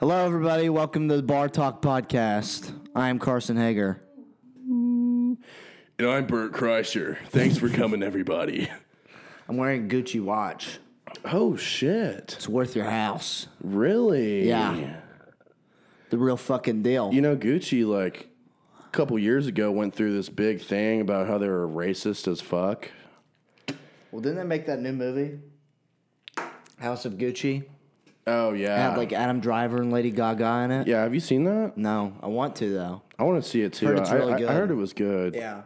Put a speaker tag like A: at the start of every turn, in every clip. A: Hello, everybody. Welcome to the Bar Talk Podcast. I am Carson Hager.
B: And I'm Bert Kreischer. Thanks for coming, everybody.
A: I'm wearing a Gucci watch.
B: Oh, shit.
A: It's worth your house.
B: Really?
A: Yeah. The real fucking deal.
B: You know, Gucci, like, a couple years ago went through this big thing about how they were racist as fuck.
A: well, didn't they make that new movie? House of Gucci.
B: Oh,
A: It
B: yeah.
A: had like Adam Driver and Lady Gaga in it.
B: yeah, have you seen that?
A: No, I want to though.
B: I want to see it too.
A: Heard it's
B: I,
A: really
B: I- I
A: good.
B: heard it was good.
A: Yeah.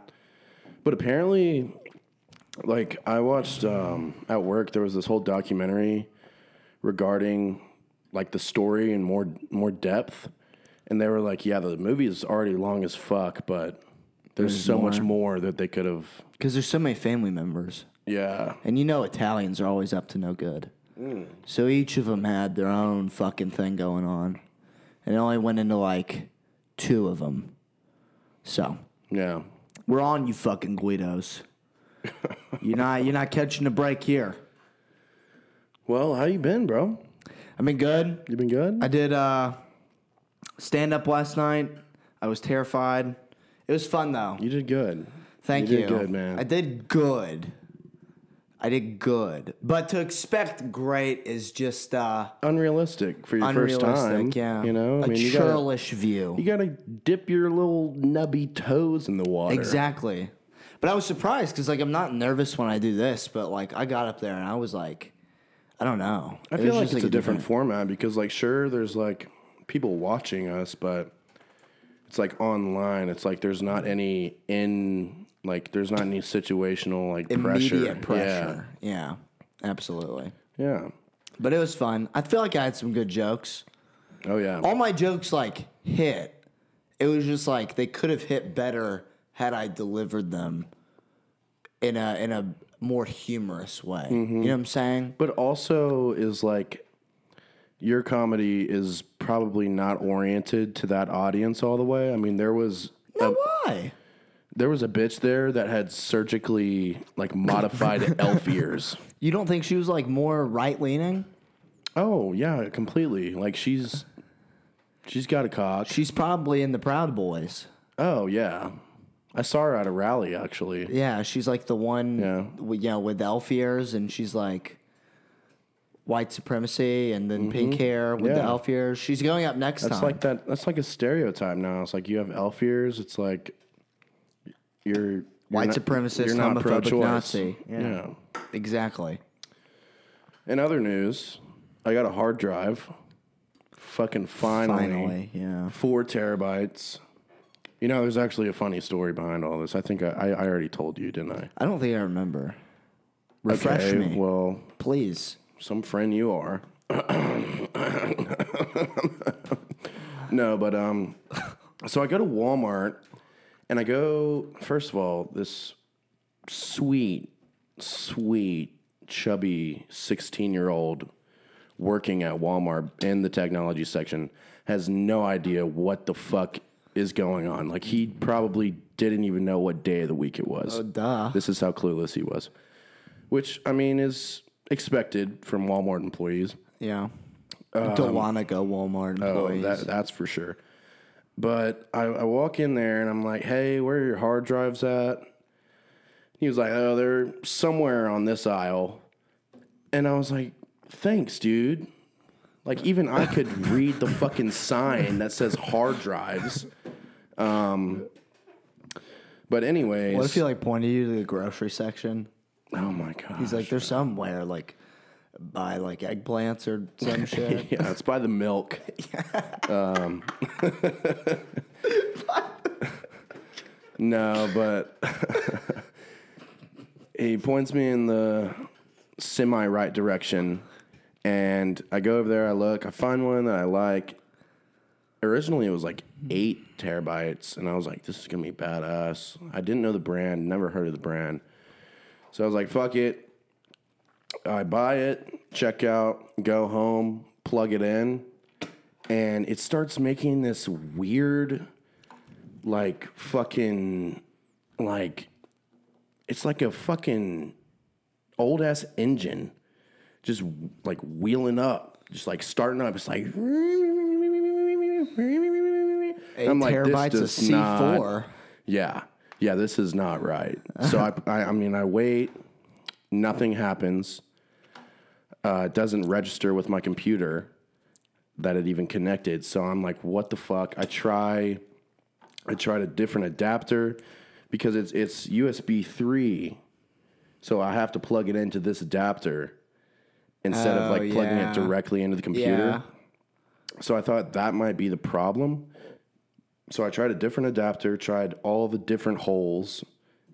B: But apparently, like, I watched um, at work, there was this whole documentary regarding, like, the story in more, more depth. And they were like, yeah, the movie is already long as fuck, but there's, so much more that they could have.
A: Because there's so many family members.
B: Yeah.
A: And you know Italians are always up to no good. So each of them had their own fucking thing going on. And it only went into like two of them. So
B: Yeah.
A: we're on you fucking Guidos. you're not you're not catching a break here.
B: Well, how you been, bro?
A: I've been good.
B: You been good?
A: I did uh stand up last night. I was terrified. It was fun though.
B: you did good.
A: Thank you.
B: you did good, man.
A: I did good. I did good. But to expect great is just uh
B: Unrealistic for your first time.
A: unrealistic. Yeah,
B: You know,
A: a
B: I mean, you gotta,
A: churlish view.
B: you gotta dip your little nubby toes in the water.
A: exactly. But I was surprised because like I'm not nervous when I do this, but like I got up there and I was like, I don't know.
B: I
A: It
B: feel
A: was
B: like
A: just,
B: it's a different, format because, like, sure, there's like people watching us, but it's like online. It's like there's not any in, like, there's not any situational, like, pressure.
A: immediate pressure. Yeah. absolutely.
B: Yeah.
A: But it was fun. I feel like I had some good jokes.
B: yeah. Oh, yeah.
A: All my jokes like hit. It was just like they could have hit better had I delivered them in a in a more humorous way. You know what I'm saying?
B: but also is like your comedy is probably not oriented to that audience all the way. I mean, there was
A: No, why?
B: there was a bitch there that had surgically like modified elf ears.
A: You don't think she was like more right leaning?
B: Oh yeah, completely. Like she's she's got a cock.
A: She's probably in the Proud Boys.
B: Oh yeah, I saw her at a rally actually.
A: Yeah, she's like the one,
B: Yeah.
A: w- yeah, with elf ears, and she's like white supremacy, and then pink hair with the
B: Mm-hmm. Yeah.
A: elf ears. She's going up next
B: It's
A: time.
B: like that. That's like a stereotype now. It's like you have elf ears. It's like you're, you're
A: White
B: not-
A: supremacist,
B: you're not
A: homophobic
B: pro-choice.
A: Nazi. Yeah.
B: yeah.
A: exactly.
B: In other news, I got a hard drive. Fucking finally,
A: Finally, yeah.
B: four terabytes. You know, there's actually a funny story behind all this. I think I, I, I already told you, didn't I?
A: I don't think I remember. Refresh
B: okay,
A: me,
B: Well,
A: please.
B: some friend you are. no, but um, so I go to Walmart and I go. First of all, this sweet, sweet, chubby sixteen-year-old working at Walmart in the technology section has no idea what the fuck is going on. Like he probably didn't even know what day of the week it was.
A: Duh.
B: This is how clueless he was, which I mean is expected from Walmart employees.
A: Yeah. Dawanica Walmart employees.
B: Um, oh, That, that's for sure. But I, I walk in there and I'm like, "Hey, where are your hard drives at?" He was like, "Oh, they're somewhere on this aisle," and I was like, "Thanks, dude." Like even I could read the fucking sign that says hard drives. Um, but anyways,
A: what if he like pointed you to the grocery section?
B: oh my god,
A: He's like, they're somewhere like by like eggplants or some shit.
B: Yeah, it's by the milk. um, no, but he points me in the semi right direction, and I go over there. I look. I find one that I like. Originally, it was like eight terabytes, and I was like, "This is gonna be badass." I didn't know the brand. Never heard of the brand. So I was like, "Fuck it." I buy it, check out, go home, plug it in, and it starts making this weird, like fucking, like, it's like a fucking old ass engine, just like wheeling up, just like starting up. It's like, Eight
A: Eight terabytes of C four.
B: yeah, yeah, this is not right. So I, I, I mean, I wait. Nothing happens. Uh, it doesn't register with my computer that it even connected. So I'm like, what the fuck? I try, I tried a different adapter because it's it's USB three, so I have to plug it into this adapter instead
A: Oh,
B: of like plugging
A: yeah.
B: it directly into the
A: Yeah.
B: computer. So I thought that might be the problem. So I tried a different adapter, tried all the different holes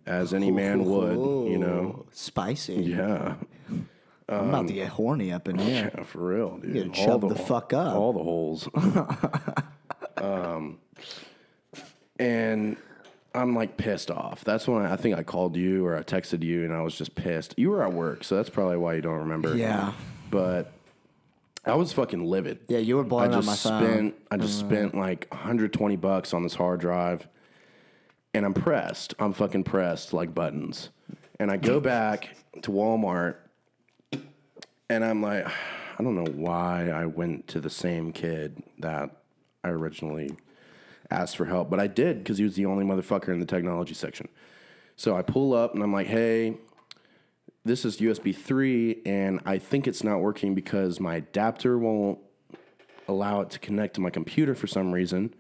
B: as any man would, you know. Um,
A: Spicy.
B: Yeah.
A: I'm about to get horny up in here.
B: Yeah, for real, dude.
A: gotta chub the fuck up.
B: All the holes. um, and I'm like pissed off. That's when I, I think I called you or I texted you, and I was just pissed. You were at work, so that's probably why you don't remember.
A: Yeah.
B: but I was fucking livid.
A: Yeah, you were blowing
B: I
A: on
B: just
A: my phone.
B: spent I just spent like 120 bucks on this hard drive, and I'm pressed. I'm fucking pressed like buttons. And I go back to Walmart, and I'm like, I don't know why I went to the same kid that I originally asked for help, but I did because he was the only motherfucker in the technology section. So I pull up and I'm like, hey, this is USB 3, and I think it's not working because my adapter won't allow it to connect to my computer for some reason.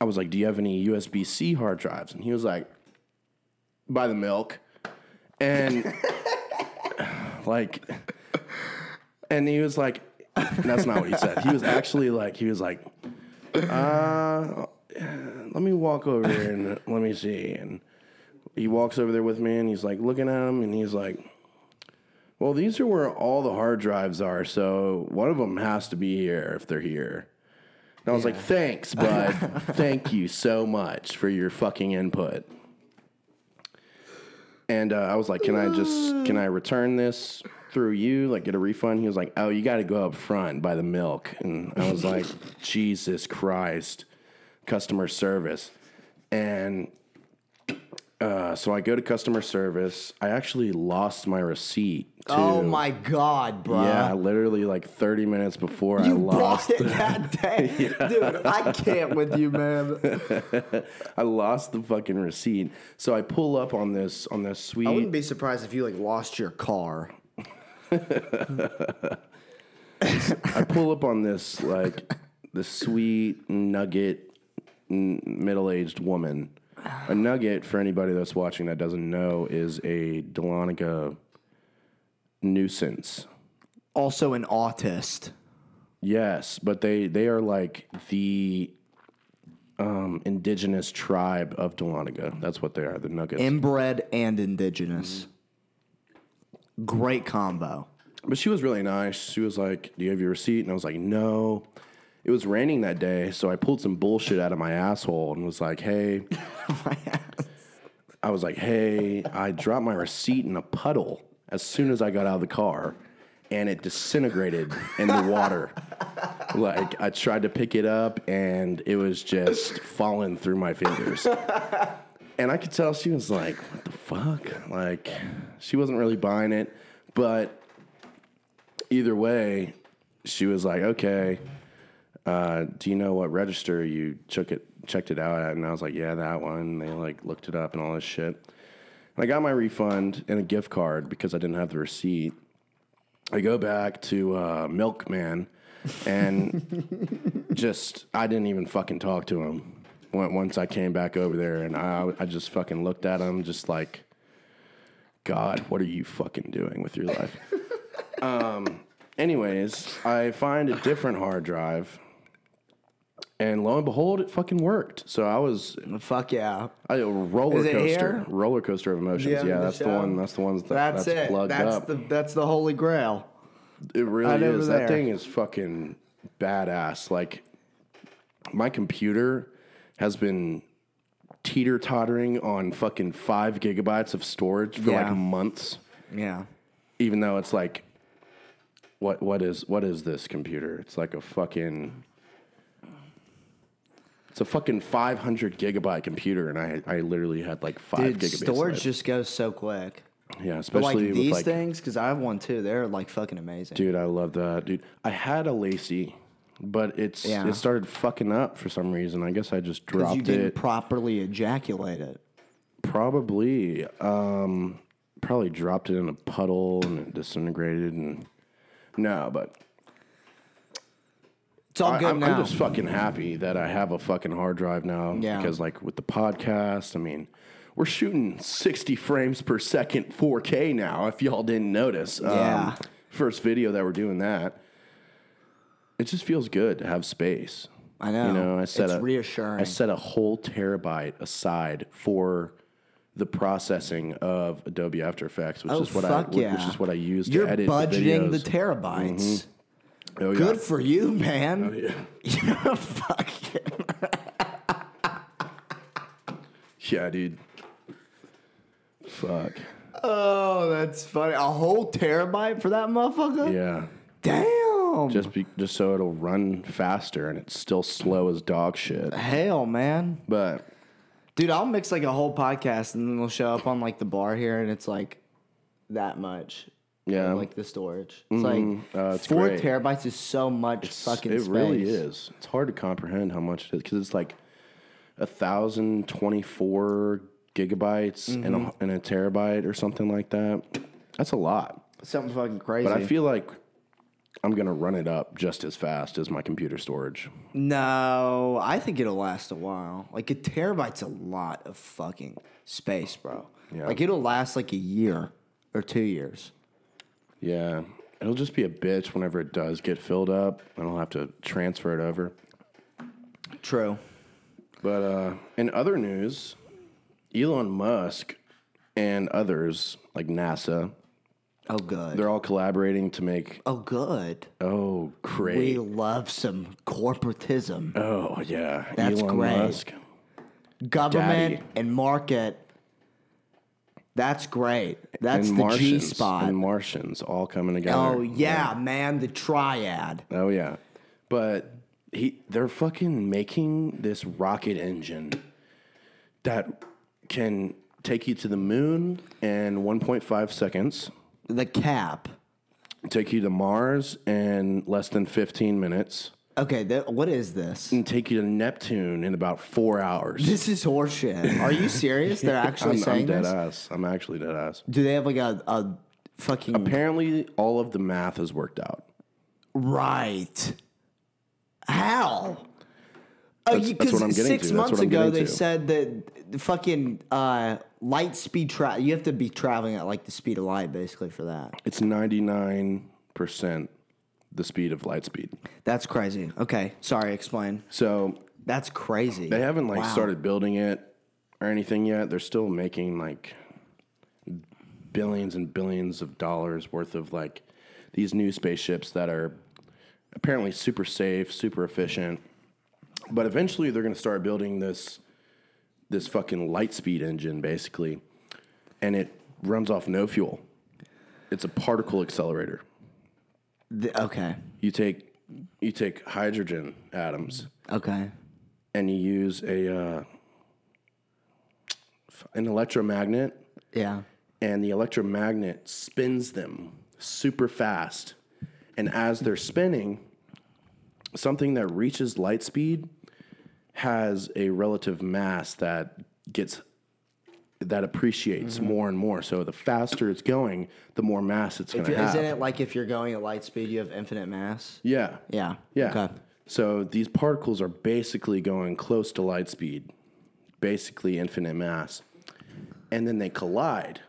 B: I was like, Do you have any USB C hard drives? And he was like, Buy the milk. And like, and he was like, That's not what he said. He was actually like, He was like, uh, Let me walk over here and let me see. And he walks over there with me and he's like looking at him and he's like, well, these are where all the hard drives are, so one of them has to be here if they're here. And I was like, thanks, bud. Thank you so much for your fucking input. And uh, I was like, can I just, can I return this through you, like get a refund? He was like, oh, you got to go up front by the milk. And I was like, Jesus Christ, customer service. And uh, so I go to customer service. I actually lost my receipt. Too.
A: Oh my god, bro.
B: Yeah, literally like 30 minutes before I
A: You
B: lost
A: bought it that day. Dude, I can't with you, man.
B: I lost the fucking receipt. So I pull up on this on this suite.
A: I wouldn't be surprised if you like lost your car.
B: I pull up on this like the sweet nugget n- middle-aged woman. A nugget for anybody that's watching that doesn't know is a Delonica nuisance.
A: Also an autist.
B: Yes, but they they are like the um, indigenous tribe of Delonica. That's what they are, the nuggets.
A: Inbred and indigenous. Great combo.
B: But she was really nice. She was like, Do you have your receipt? And I was like, No. It was raining that day, so I pulled some bullshit out of my asshole and was like, Hey. I was like, Hey, I dropped my receipt in a puddle as soon as I got out of the car and it disintegrated in the water. like, I tried to pick it up and it was just falling through my fingers. And I could tell she was like, What the fuck? Like, she wasn't really buying it, but either way, she was like, "Okay, uh, do you know what register you took it checked it out at?" And I was like, "Yeah, that one." And they like looked it up and all this shit. And I got my refund and a gift card because I didn't have the receipt. I go back to uh, Milkman, and just I didn't even fucking talk to him. When- Once I came back over there, and I I just fucking looked at him, just like, God, what are you fucking doing with your life? Anyways, I find a different hard drive, and lo and behold, it fucking worked. So I was
A: Fuck yeah.
B: I, a roller
A: Is it
B: coaster,
A: here?
B: roller coaster of emotions.
A: Yeah,
B: Yeah,
A: the
B: that's the
A: show.
B: one. That's the ones that,
A: That's,
B: that's,
A: it.
B: plugged
A: that's
B: up.
A: the that's the holy grail.
B: it really
A: right over
B: is.
A: there.
B: That thing is fucking badass. Like my computer has been teeter tottering on fucking five gigabytes of storage for
A: Yeah.
B: like months.
A: Yeah.
B: even though it's like what what is what is this computer? It's like a fucking it's a fucking 500 gigabyte computer, and I, I literally had like
A: Dude,
B: five gigabytes.
A: storage
B: left.
A: just goes so quick.
B: yeah,
A: But like
B: especially with
A: these
B: like,
A: things, because I have one too. They're like fucking amazing.
B: dude, I love that, dude. I had a Lacey, but it's
A: Yeah.
B: it started fucking up for some reason. I guess I just
A: 'Cause
B: dropped
A: you didn't
B: it.
A: properly ejaculate it.
B: Probably, um, probably dropped it in a puddle and it disintegrated. And no, but
A: It's all
B: I,
A: good
B: am
A: now.
B: I'm just fucking happy that I have a fucking hard drive now.
A: Yeah.
B: Because like with the podcast, I mean, we're shooting 60 frames per second 4K now. If y'all didn't notice, Um,
A: Yeah.
B: First video that we're doing that. It just feels good to have space.
A: I know.
B: You know, I set
A: it's
B: a,
A: reassuring.
B: I set a whole terabyte aside for the processing of Adobe After Effects, which
A: oh,
B: is what
A: fuck
B: I
A: yeah.
B: which is what I use
A: You're
B: to edit
A: budgeting the,
B: the, videos.
A: terabytes.
B: Oh, yeah. Oh,
A: Good for you, man.
B: yeah.
A: You're a fucking.
B: Yeah, dude. Fuck.
A: Oh, that's funny. A whole terabyte for that motherfucker?
B: Yeah.
A: Damn.
B: Just be, just so it'll run faster and it's still slow as dog shit.
A: Hell, man.
B: But
A: Dude, I'll mix like a whole podcast and then it'll show up on like the bar here and it's like that much.
B: yeah,
A: of, like the storage. It's like
B: Um, Uh, it's
A: four
B: great.
A: terabytes is so much fucking
B: it
A: space.
B: really is. It's hard to comprehend how much it is because it's like a thousand twenty four gigabytes and,
A: Mm-hmm.
B: a, and a terabyte or something like that. That's a lot.
A: Something fucking crazy.
B: But I feel like I'm gonna run it up just as fast as my computer storage.
A: no, I think it'll last a while. Like a terabyte's a lot of fucking space, bro.
B: Yeah.
A: Like it'll last like a year or two years.
B: Yeah. It'll just be a bitch whenever it does get filled up, and I'll have to transfer it over.
A: True.
B: But uh, in other news, Elon Musk and others like NASA,
A: Oh good.
B: they're all collaborating to make
A: Oh good.
B: oh great
A: We love some corporatism.
B: oh yeah
A: That's
B: Elon
A: great.
B: Musk.
A: Government
B: Daddy.
A: and market. That's great. That's
B: and
A: the
B: Martians
A: G spot.
B: and Martians all coming together.
A: Oh yeah, man, the triad.
B: Oh yeah, but he they're fucking making this rocket engine that can take you to the moon in 1.5 seconds,
A: The cap.
B: take you to Mars in less than 15 minutes,
A: Okay, th- what is this?
B: and take you to Neptune in about four hours.
A: This is horseshit. Are you serious? They're actually
B: I'm, I'm
A: saying
B: dead
A: this.
B: ass. I'm actually dead ass.
A: Do they have like a, a fucking
B: Apparently, all of the math has worked out.
A: right? How? Oh,
B: That's-
A: you-
B: that's what I'm
A: 'cause
B: getting
A: six
B: to. That's
A: months
B: what I'm
A: ago,
B: getting
A: they
B: to.
A: said that the fucking uh, light speed travel. You have to be traveling at like the speed of light, basically, for that.
B: It's 99% the speed of light speed.
A: That's crazy. Okay, sorry. Explain.
B: So
A: That's crazy.
B: They haven't like started building it or anything yet. They're still making like billions and billions of dollars worth of like these new spaceships that are apparently super safe, super efficient. But eventually they're going to start building this this fucking light speed engine basically and it runs off no fuel. It's a particle accelerator.
A: The- okay.
B: You take you take hydrogen atoms
A: Okay.
B: and you use a uh, an electromagnet,
A: Yeah.
B: and the electromagnet spins them super fast, and as they're spinning, something that reaches light speed has a relative mass that gets that appreciates more and more. So the faster it's going, the more mass it's going to have.
A: Isn't it like if you're going at light speed, you have infinite mass?
B: yeah.
A: Yeah.
B: Yeah.
A: Okay.
B: So these particles are basically going close to light speed, basically infinite mass. And then they collide.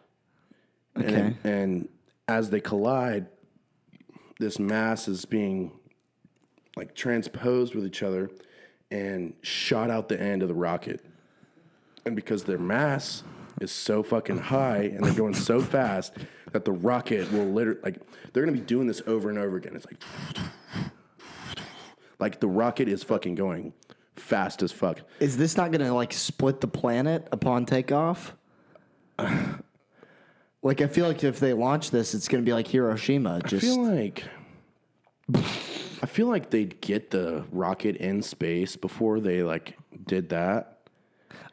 B: And, and as they collide, this mass is being like transposed with each other and shot out the end of the rocket. And because their mass is so fucking high and they're going so fast that the rocket will literally like they're gonna be doing this over and over again. It's like like the rocket is fucking going fast as fuck.
A: Is this not gonna like split the planet upon takeoff? like I feel like if they launch this, it's gonna be like Hiroshima.
B: I
A: Just
B: feel like I feel like they'd get the rocket in space before they like did that.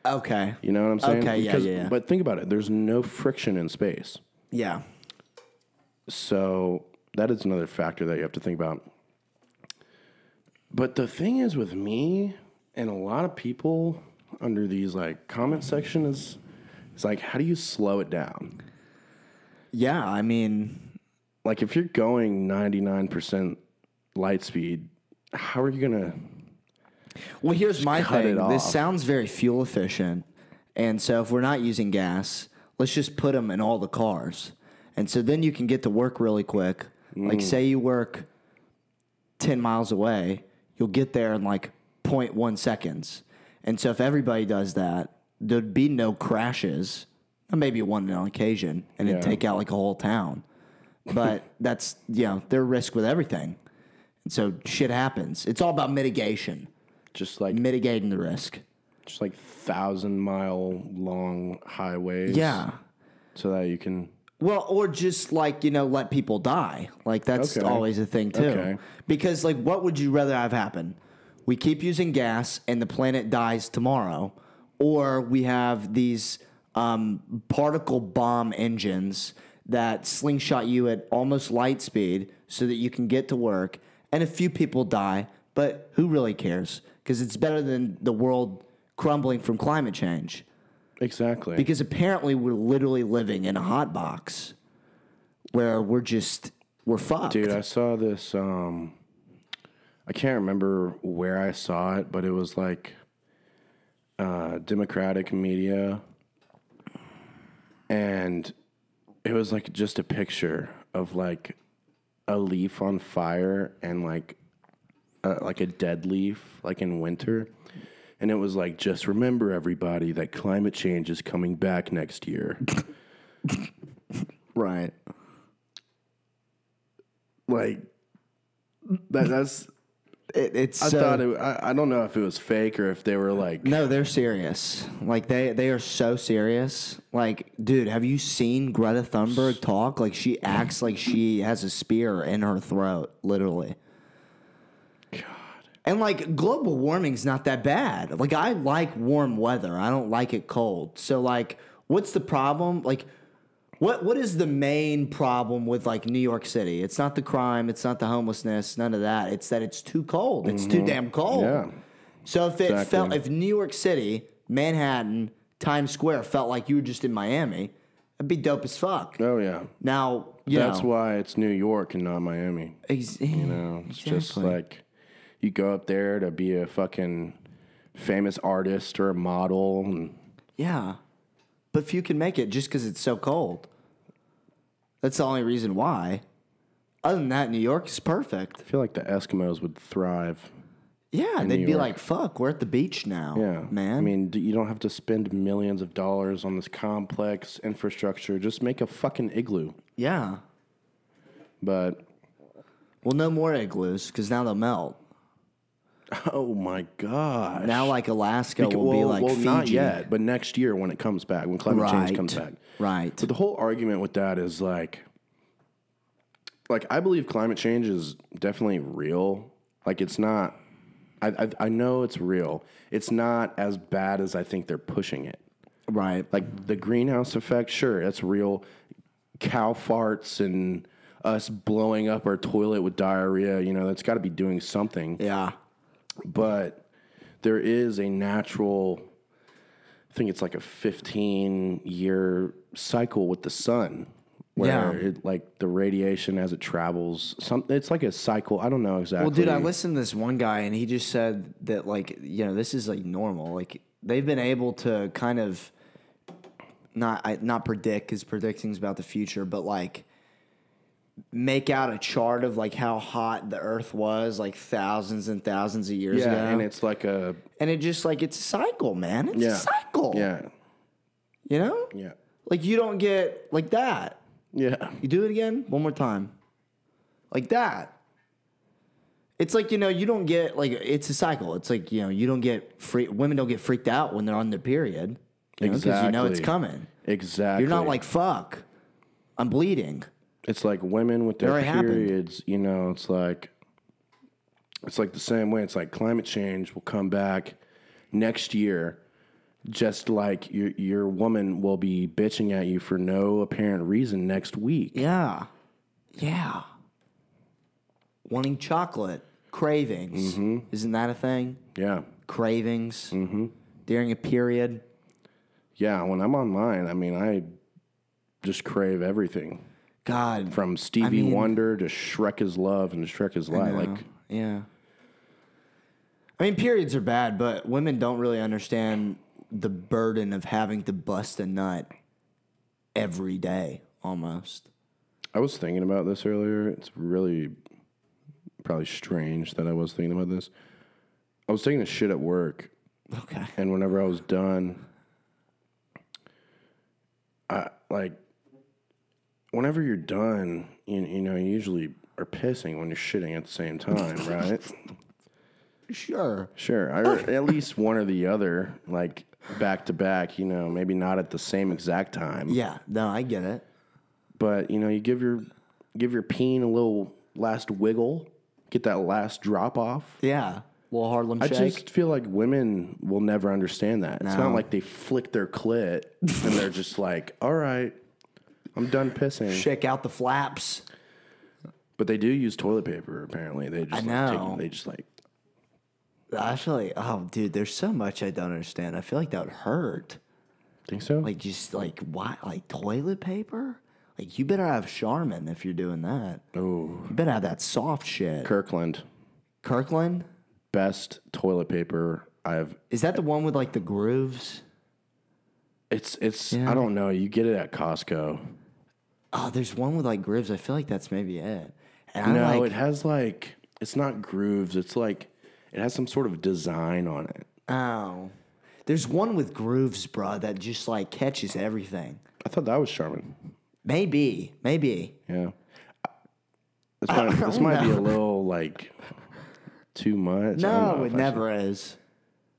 A: okay.
B: You know what I'm saying?
A: Okay, yeah, yeah, yeah.
B: But think about it. There's no friction in space,
A: Yeah.
B: so that is another factor that you have to think about. But the thing is with me and a lot of people under these like comment section is it's like how do you slow it down?
A: Yeah, I mean,
B: Like if you're going 99% light speed, how are you going to
A: well, here's my
B: cut
A: thing.
B: it
A: This
B: off.
A: sounds very fuel efficient, and so if we're not using gas, let's just put them in all the cars, and so then you can get to work really quick.
B: Mm.
A: Like, say you work ten miles away, you'll get there in like 0.1 seconds, and so if everybody does that, there'd be no crashes. Maybe one on occasion, and
B: Yeah.
A: it'd take out like a whole town. but that's you know their risk with everything, and so shit happens. It's all about mitigation,
B: just like
A: mitigating the risk.
B: just like 1000 mile long highways
A: Yeah.
B: so that you can
A: Well, or just like you know, let people die. Like that's
B: Okay.
A: always a thing too.
B: Okay.
A: Because like, what would you rather have happen? We keep using gas, and the planet dies tomorrow, or we have these um, particle bomb engines that slingshot you at almost light speed so that you can get to work, and a few people die, but who really cares? Because it's better than the world crumbling from climate change
B: exactly
A: because apparently we're literally living in a hot box where we're just we're fucked.
B: Dude, I saw this. Um, I can't remember where I saw it, but it was like uh, Democratic media, and it was like just a picture of like a leaf on fire and like a, like a dead leaf, like in winter. And it was like, just remember, everybody, that climate change is coming back next year.
A: right.
B: like, that, that's
A: It, it's
B: I
A: so,
B: thought it, I, I don't know if it was fake or if they were like
A: no, they're serious. Like they they are so serious. Like, dude, have you seen Greta Thunberg talk? Like she acts like she has a spear in her throat, literally. And like global warming's not that bad. Like I like warm weather. I don't like it cold. So like what's the problem? Like what what is the main problem with like New York City? It's not the crime, it's not the homelessness, none of that. It's that it's too cold. It's too damn cold.
B: Mm-hmm. Yeah.
A: So if it
B: Exactly.
A: felt if New York City, Manhattan, Times Square felt like you were just in Miami, that'd be dope as fuck.
B: oh yeah
A: Now, you
B: that's
A: know,
B: why it's New York and not Miami
A: ex-
B: you know it's just like you go up there to be a fucking famous artist or a model and
A: Yeah. But few can make it just because it's so cold. That's the only reason why. Other than that, New York is perfect.
B: I feel like the Eskimos would thrive
A: Yeah, they'd be
B: York.
A: like, fuck, we're at the beach now.
B: yeah
A: Man.
B: I mean d- you don't have to spend millions of dollars on this complex infrastructure just make a fucking igloo
A: yeah.
B: but
A: Well, no more igloos because now they'll melt.
B: oh my god
A: Now, like, Alaska will be like Fiji.
B: not yet but next year when it comes back when climate change comes
A: Right.
B: back
A: Right.
B: But the whole argument with that is like, like I believe climate change is definitely real. Like it's not. I I, I know it's real. It's not as bad as I think they're pushing it.
A: Right.
B: Like the greenhouse effect, sure, that's real. Cow farts and us blowing up our toilet with diarrhea, you know, that's got to be doing something
A: Yeah.
B: but there is a natural i think it's like a 15 year cycle with the sun where
A: Yeah.
B: it like the radiation as it travels some it's like a cycle i don't know exactly
A: Well, dude, I listened to this one guy, and he just said that, like, you know, this is like normal. Like, they've been able to kind of not I, not predict because predicting's about the future, but like make out a chart of like how hot the Earth was like thousands and thousands of years
B: yeah
A: ago,
B: and it's like a
A: and it just like it's a cycle, man. It's
B: yeah
A: a cycle.
B: yeah
A: You know,
B: yeah
A: like you don't get like that.
B: yeah
A: You do it again, one more time. Like that. It's like, you know, you don't get like it's a cycle. It's like, you know, you don't get free women don't get freaked out when they're on their period. You know, 'cause you know it's
B: Exactly.
A: coming.
B: exactly
A: You're not like fuck. I'm bleeding.
B: it's like women with their
A: already happened.
B: periods you know it's like it's like the same way it's like climate change will come back next year just like your your woman will be bitching at you for no apparent reason next week
A: Yeah. Yeah. Wanting chocolate. cravings. Isn't that a thing?
B: Yeah.
A: Cravings during a period.
B: Yeah. When I'm on mine, I mean, I just crave everything
A: God,
B: from Stevie
A: mean-
B: Wonder to Shrek is Love and Shrek is Lie. Like,
A: yeah. I mean, periods are bad, but women don't really understand the burden of having to bust a nut every day, almost.
B: I was thinking about this earlier. It's really probably strange that I was thinking about this. I was taking a shit at work,
A: Okay.
B: and whenever I was done, I like whenever you're done, you you know, you usually are pissing when you're shitting at the same time, right?
A: Sure.
B: Sure, I, or at least one or the other, like back to back. You know, maybe not at the same exact time.
A: Yeah. No, I get it.
B: but you know you give your give your peen a little last wiggle get that last drop off
A: Yeah. Little Harlem
B: i
A: Shake.
B: just feel like women will never understand that it's not like they flick their clit and they're just like all right i'm done pissing
A: Shake out the flaps.
B: but they do use toilet paper apparently they just
A: I
B: like
A: know.
B: Take, they just like
A: I feel like, oh, dude, there's so much I don't understand. I feel like that would hurt.
B: think so
A: Like, just like, why? Like, toilet paper? Like, you better have Charmin if you're doing that.
B: oh
A: You better have that soft shit.
B: kirkland
A: Kirkland?
B: best toilet paper i've
A: Is that the one with like the grooves?
B: it's it's i don't know you get it at costco
A: Oh, there's one with like grooves. I feel like that's maybe it. And I'm
B: No,
A: like,
B: it has like it's not grooves. It's like it has some sort of design on it.
A: oh. There's one with grooves, bro, that just like catches everything.
B: I thought that was charming.
A: Maybe, maybe.
B: Yeah, this might, this might be a little like too much. I don't
A: No,
B: know if
A: it
B: I should-
A: never is.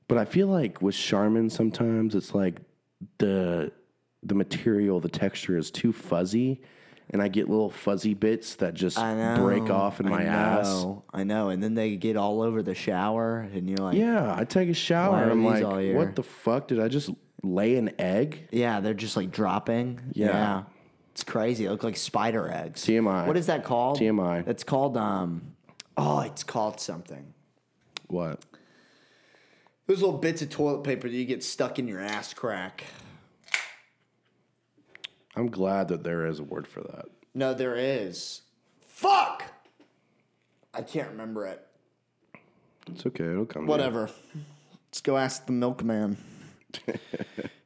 B: But I feel like with Charmin, sometimes it's like the the material, the texture is too fuzzy, and I get little fuzzy bits that just break off in my
A: I
B: ass.
A: know, I know. And then they get all over the shower, and you're like, yeah,
B: Yeah, I take a shower
A: Why are
B: and I'm
A: these
B: like,
A: all here?
B: what the fuck did I just lay an egg?
A: they're just like dropping.
B: Yeah.
A: It's crazy. They look like spider eggs.
B: TMI.
A: What is that called?
B: TMI.
A: It's called, um, oh, it's called something.
B: What?
A: Those little bits of toilet paper that you get stuck in your ass crack.
B: I'm glad that there is a word for that.
A: No, there is. Fuck! I can't remember it.
B: It's okay. It'll come. to you.
A: Whatever. Let's go ask the milkman.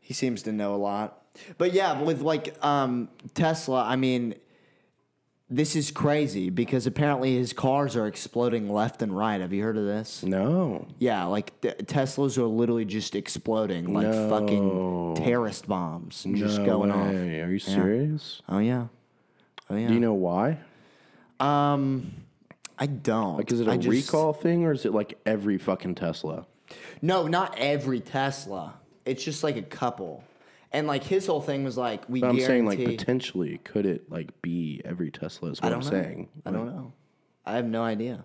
A: he seems to know a lot. But yeah, with like um, Tesla, I mean, this is crazy because apparently his cars are exploding left and right. Have you heard of this?
B: No.
A: Yeah, like th- Teslas are literally just exploding like fucking terrorist bombs and just
B: No
A: going off.
B: way. Are you serious?
A: Oh, yeah. Oh, yeah.
B: Do you know why?
A: I don't.
B: Like, is it a
A: I just-
B: recall thing, or is it like every fucking Tesla?
A: No, not every Tesla. It's just like a couple. And like his whole thing was like we
B: But I'm
A: guarantee.
B: saying, like, potentially, could it like be every Tesla? Is what
A: I
B: I'm
A: don't know.
B: saying.
A: I don't know. I have no idea.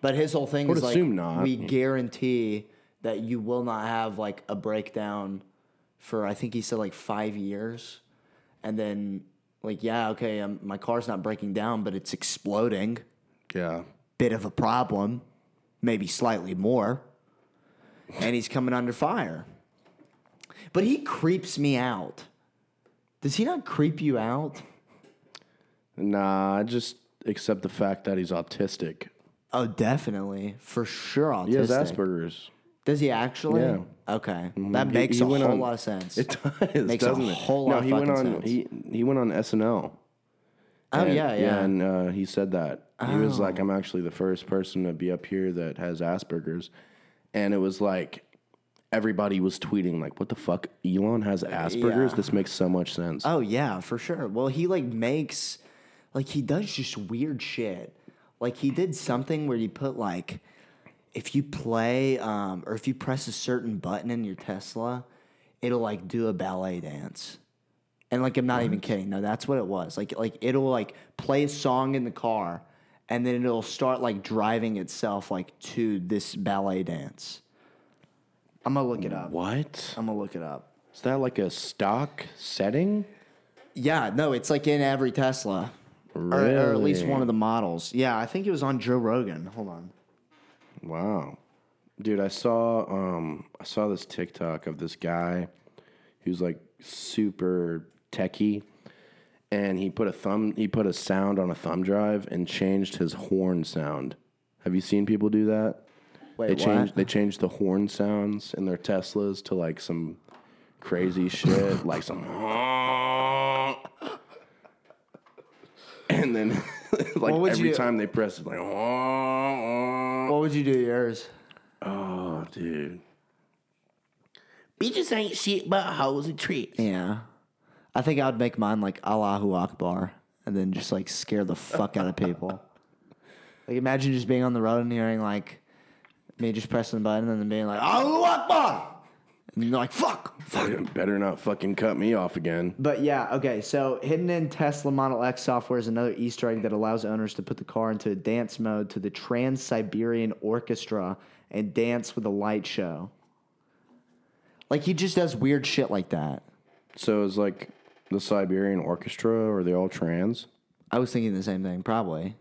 A: But his whole thing
B: would
A: is like
B: assume not.
A: we guarantee that you will not have like a breakdown for I think he said like five years, and then like yeah okay um, my car's not breaking down but it's exploding
B: Yeah.
A: bit of a problem, maybe slightly more, and he's coming under fire. But he creeps me out. Does he not creep you out?
B: Nah. I just accept the fact that he's autistic.
A: Oh, definitely, for sure. Autistic.
B: He has Asperger's.
A: Does he actually?
B: Yeah. Mm-hmm.
A: Okay, that
B: He-
A: makes
B: he
A: a
B: went
A: whole
B: on-
A: lot of sense.
B: It does.
A: Makes a
B: doesn't
A: whole
B: it?
A: lot of
B: no, he went
A: fucking
B: on.
A: sense.
B: He he went on SNL.
A: oh
B: And-
A: yeah, yeah. Oh.
B: and uh, he said that he was like, "I'm actually the first person to be up here that has Asperger's," and it was like everybody was tweeting like, "What the fuck? Elon has Asperger's?
A: Yeah.
B: This makes so much sense."
A: Oh yeah, for sure. Well, he like makes like he does just weird shit. Like he did something where he put like if you play um or if you press a certain button in your Tesla, it'll like do a ballet dance. And like I'm not even kidding. No, that's what it was. Like like it'll like play a song in the car and then it'll start like driving itself like to this ballet dance. I'm gonna look it up.
B: what
A: I'm gonna look it up.
B: is that like a stock setting?
A: Yeah, no, it's like in every Tesla. Or, or at least one of the models. Yeah, I think it was on Joe Rogan. Hold on.
B: Wow. Dude, I saw um I saw this TikTok of this guy who's like super techie and he put a thumb he put a sound on a thumb drive and changed his horn sound. Have you seen people do that?
A: Wait,
B: they
A: what?
B: changed they changed the horn sounds in their Teslas to like some crazy shit, like some and then like
A: What would
B: every
A: you-
B: time they press it like
A: What would you do to yours?
B: Oh, dude. Bitches ain't shit but hoes and tricks.
A: Yeah. I think I would make mine like Allahu Akbar and then just like scare the fuck out of people. Like imagine just being on the road and hearing like me just pressing the button and then being like Allahu Akbar and you're like fuck fuck
B: Better not fucking cut me off again.
A: But yeah, okay. So hidden in Tesla Model X software is another Easter egg that allows owners to put the car into a dance mode to the Trans Siberian Orchestra and dance with a light show. Like he just does weird shit like that.
B: So it's like the Siberian Orchestra, or they all trans?
A: I was thinking the same thing, probably.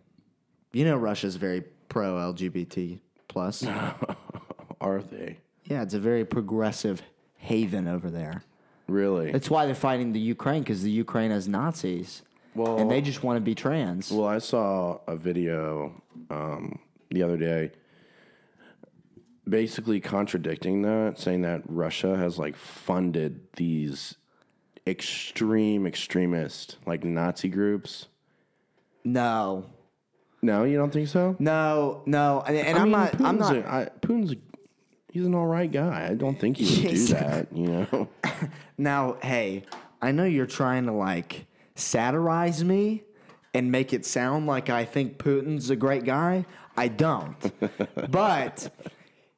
A: You know, Russia's very pro LGBT plus.
B: Are they?
A: yeah, it's a very progressive haven over there.
B: Really?
A: That's why they're fighting the Ukraine because the Ukraine has Nazis,
B: Well-
A: and they just want to be trans.
B: well, I saw a video um, the other day basically contradicting that, saying that Russia has like funded these extreme extremist, like Nazi groups.
A: no,
B: No, you don't think so?
A: no, no, and, and
B: I
A: I'm
B: mean,
A: not. I'm
B: Putin's
A: not.
B: a- I, Putin's. a- He's an all right guy. I don't think he would do
A: Yes.
B: that. You know.
A: Now, hey, I know you're trying to like satirize me and make it sound like I think Putin's a great guy. I don't. but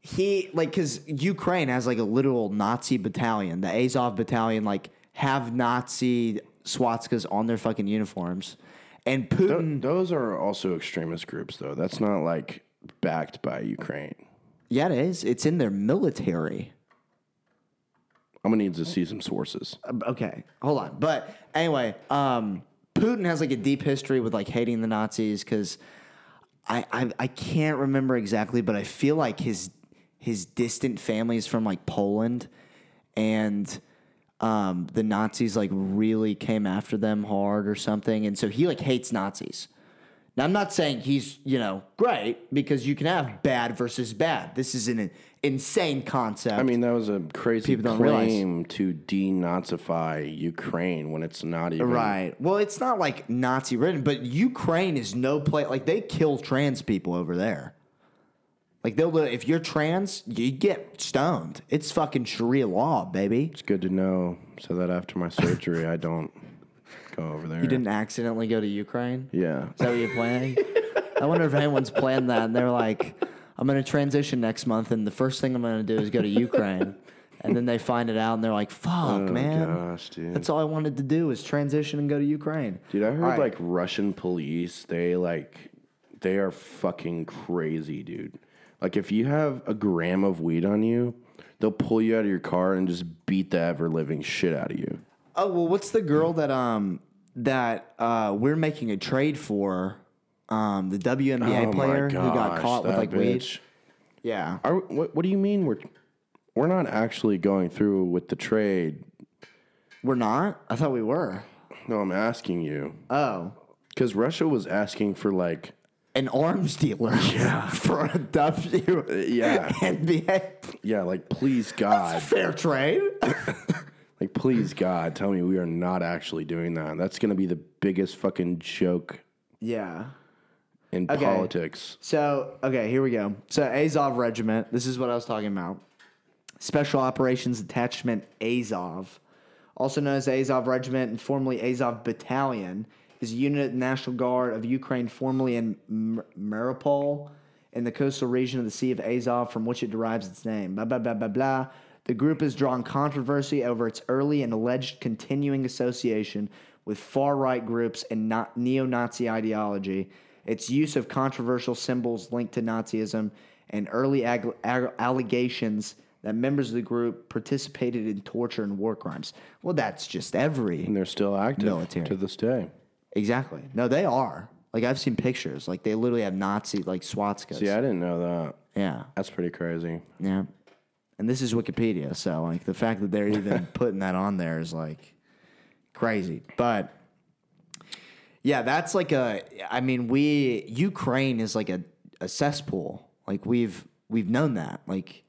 A: he like cuz Ukraine has like a literal Nazi battalion, the Azov battalion like have Nazi swastikas on their fucking uniforms. And Putin
B: Th- Those are also extremist groups, though. That's not like backed by Ukraine.
A: yeah, it is. It's in their military.
B: I'm gonna need to see some sources.
A: uh, okay, hold on. But anyway, um, Putin has like a deep history with like hating the Nazis because I, I I can't remember exactly, but I feel like his his distant family is from like Poland, and um, the Nazis like really came after them hard or something, and so he like hates Nazis. Now I'm not saying he's you know great because you can have bad versus bad. This is an insane concept.
B: I mean, that was a crazy
A: People don't realize.
B: claim to denazify Ukraine when it's not even
A: Right. Well, it's not like Nazi ridden, but Ukraine is no place. Like they kill trans people over there. Like they'll li- if you're trans, you get stoned. It's fucking Sharia law, baby.
B: It's good to know so that after my surgery, I don't go over there.
A: You didn't accidentally go to Ukraine. Is
B: Yeah.
A: that what you're planning? I wonder if anyone's planned that. And they're like, I'm going to transition next month, and the first thing I'm going to do is go to Ukraine. and then they find it out, and they're like, "Fuck, man."
B: Gosh, dude.
A: That's all I wanted to do was transition and go to Ukraine.
B: Dude, I heard
A: All right.
B: like Russian police, they like they are fucking crazy, dude. Like if you have a gram of weed on you, they'll pull you out of your car and just beat the ever living shit out of you.
A: Oh well, what's the girl that um that uh we're making a trade for? Um, the WNBA
B: Oh my
A: player who got
B: gosh,
A: caught with
B: that
A: like weed.
B: bitch.
A: Yeah,
B: Are, what, what do you mean we're we're not actually going through with the trade?
A: we're not. I thought we were.
B: No, I'm asking you
A: Oh,
B: because Russia was asking for like
A: an arms dealer. Yeah, for a WNBA
B: yeah yeah like please God
A: fair trade.
B: Like, please, God, tell me we are not actually doing that. That's going to be the biggest fucking joke
A: yeah.
B: in politics.
A: So, okay, here we go. So, Azov Regiment, this is what I was talking about. Special Operations Detachment Azov, also known as the Azov Regiment and formerly Azov Battalion, is a unit of the National Guard of Ukraine, formerly in M- Mariupol, in the coastal region of the Sea of Azov, from which it derives its name. Blah, blah, blah, blah, blah. The group has drawn controversy over its early and alleged continuing association with far right groups and not neo Nazi ideology, its use of controversial symbols linked to Nazism, and early ag- ag- allegations that members of the group participated in torture and war crimes. Well, that's just every.
B: And they're still active
A: Military.
B: to this day.
A: Exactly. No, they are. Like, I've seen pictures. Like, they literally have Nazi, like, swastikas.
B: Yeah, I didn't know that.
A: Yeah.
B: That's pretty crazy.
A: Yeah. And this is Wikipedia, so like the fact that they're even putting that on there is like crazy. But yeah, that's like a I mean, we Ukraine is like a, a cesspool. Like we've we've known that. Like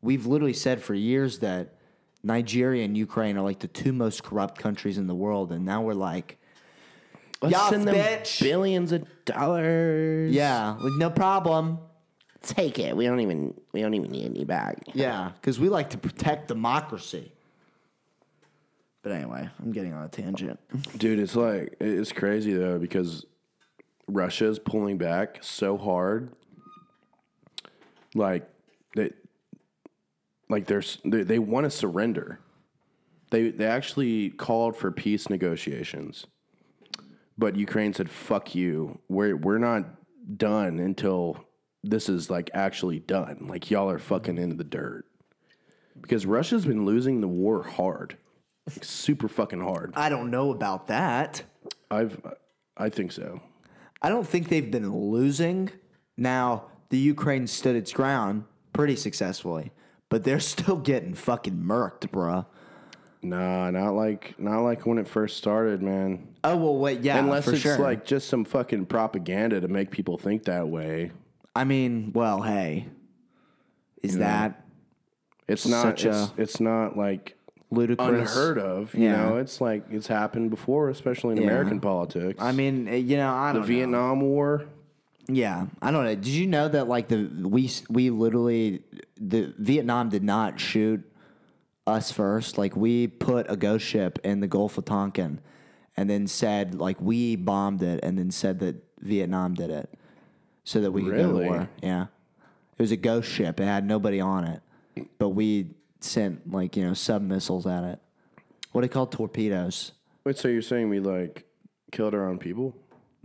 A: we've literally said for years that Nigeria and Ukraine are like the two most corrupt countries in the world, and now we're like
B: Let's
A: Yuff,
B: send them
A: bitch.
B: billions of dollars.
A: Yeah, like no problem.
B: Take it. We don't even we don't even need any back.
A: Yeah, because we like to protect democracy. But anyway, I'm getting on a tangent.
B: Dude, it's like it's crazy though because Russia's pulling back so hard. Like they like they're, s- they they want to surrender. They they actually called for peace negotiations. But Ukraine said fuck you. We're we're not done until this is like actually done. Like y'all are fucking into the dirt. Because Russia's been losing the war hard. Like, super fucking hard.
A: I don't know about that.
B: I've, I think so.
A: I don't think they've been losing. Now, the Ukraine stood its ground pretty successfully, but they're still getting fucking murked, bruh.
B: Nah, not like not like when it first started, man.
A: Oh, well, wait, yeah,
B: Unless
A: for
B: it's
A: sure.
B: like just some fucking propaganda to make people think that way.
A: I mean, well, hey, is that
B: It's not.
A: Such a-
B: it's, it's not like
A: ludicrous?
B: unheard of. You
A: Yeah.
B: know, it's like it's happened before, especially in American politics.
A: I mean, uh, you know, I don't know.
B: Vietnam War.
A: Yeah, I don't know. Did you know that like the we we literally the Vietnam did not shoot us first. Like we put a ghost ship in the Gulf of Tonkin, and then said like we bombed it, and then said that Vietnam did it, so that we could go to
B: Really?
A: war. Yeah, it was a ghost ship. It had nobody on it, but we sent like you know sub missiles at it. What are they called? Torpedoes.
B: Wait, so you're saying we like killed our own people?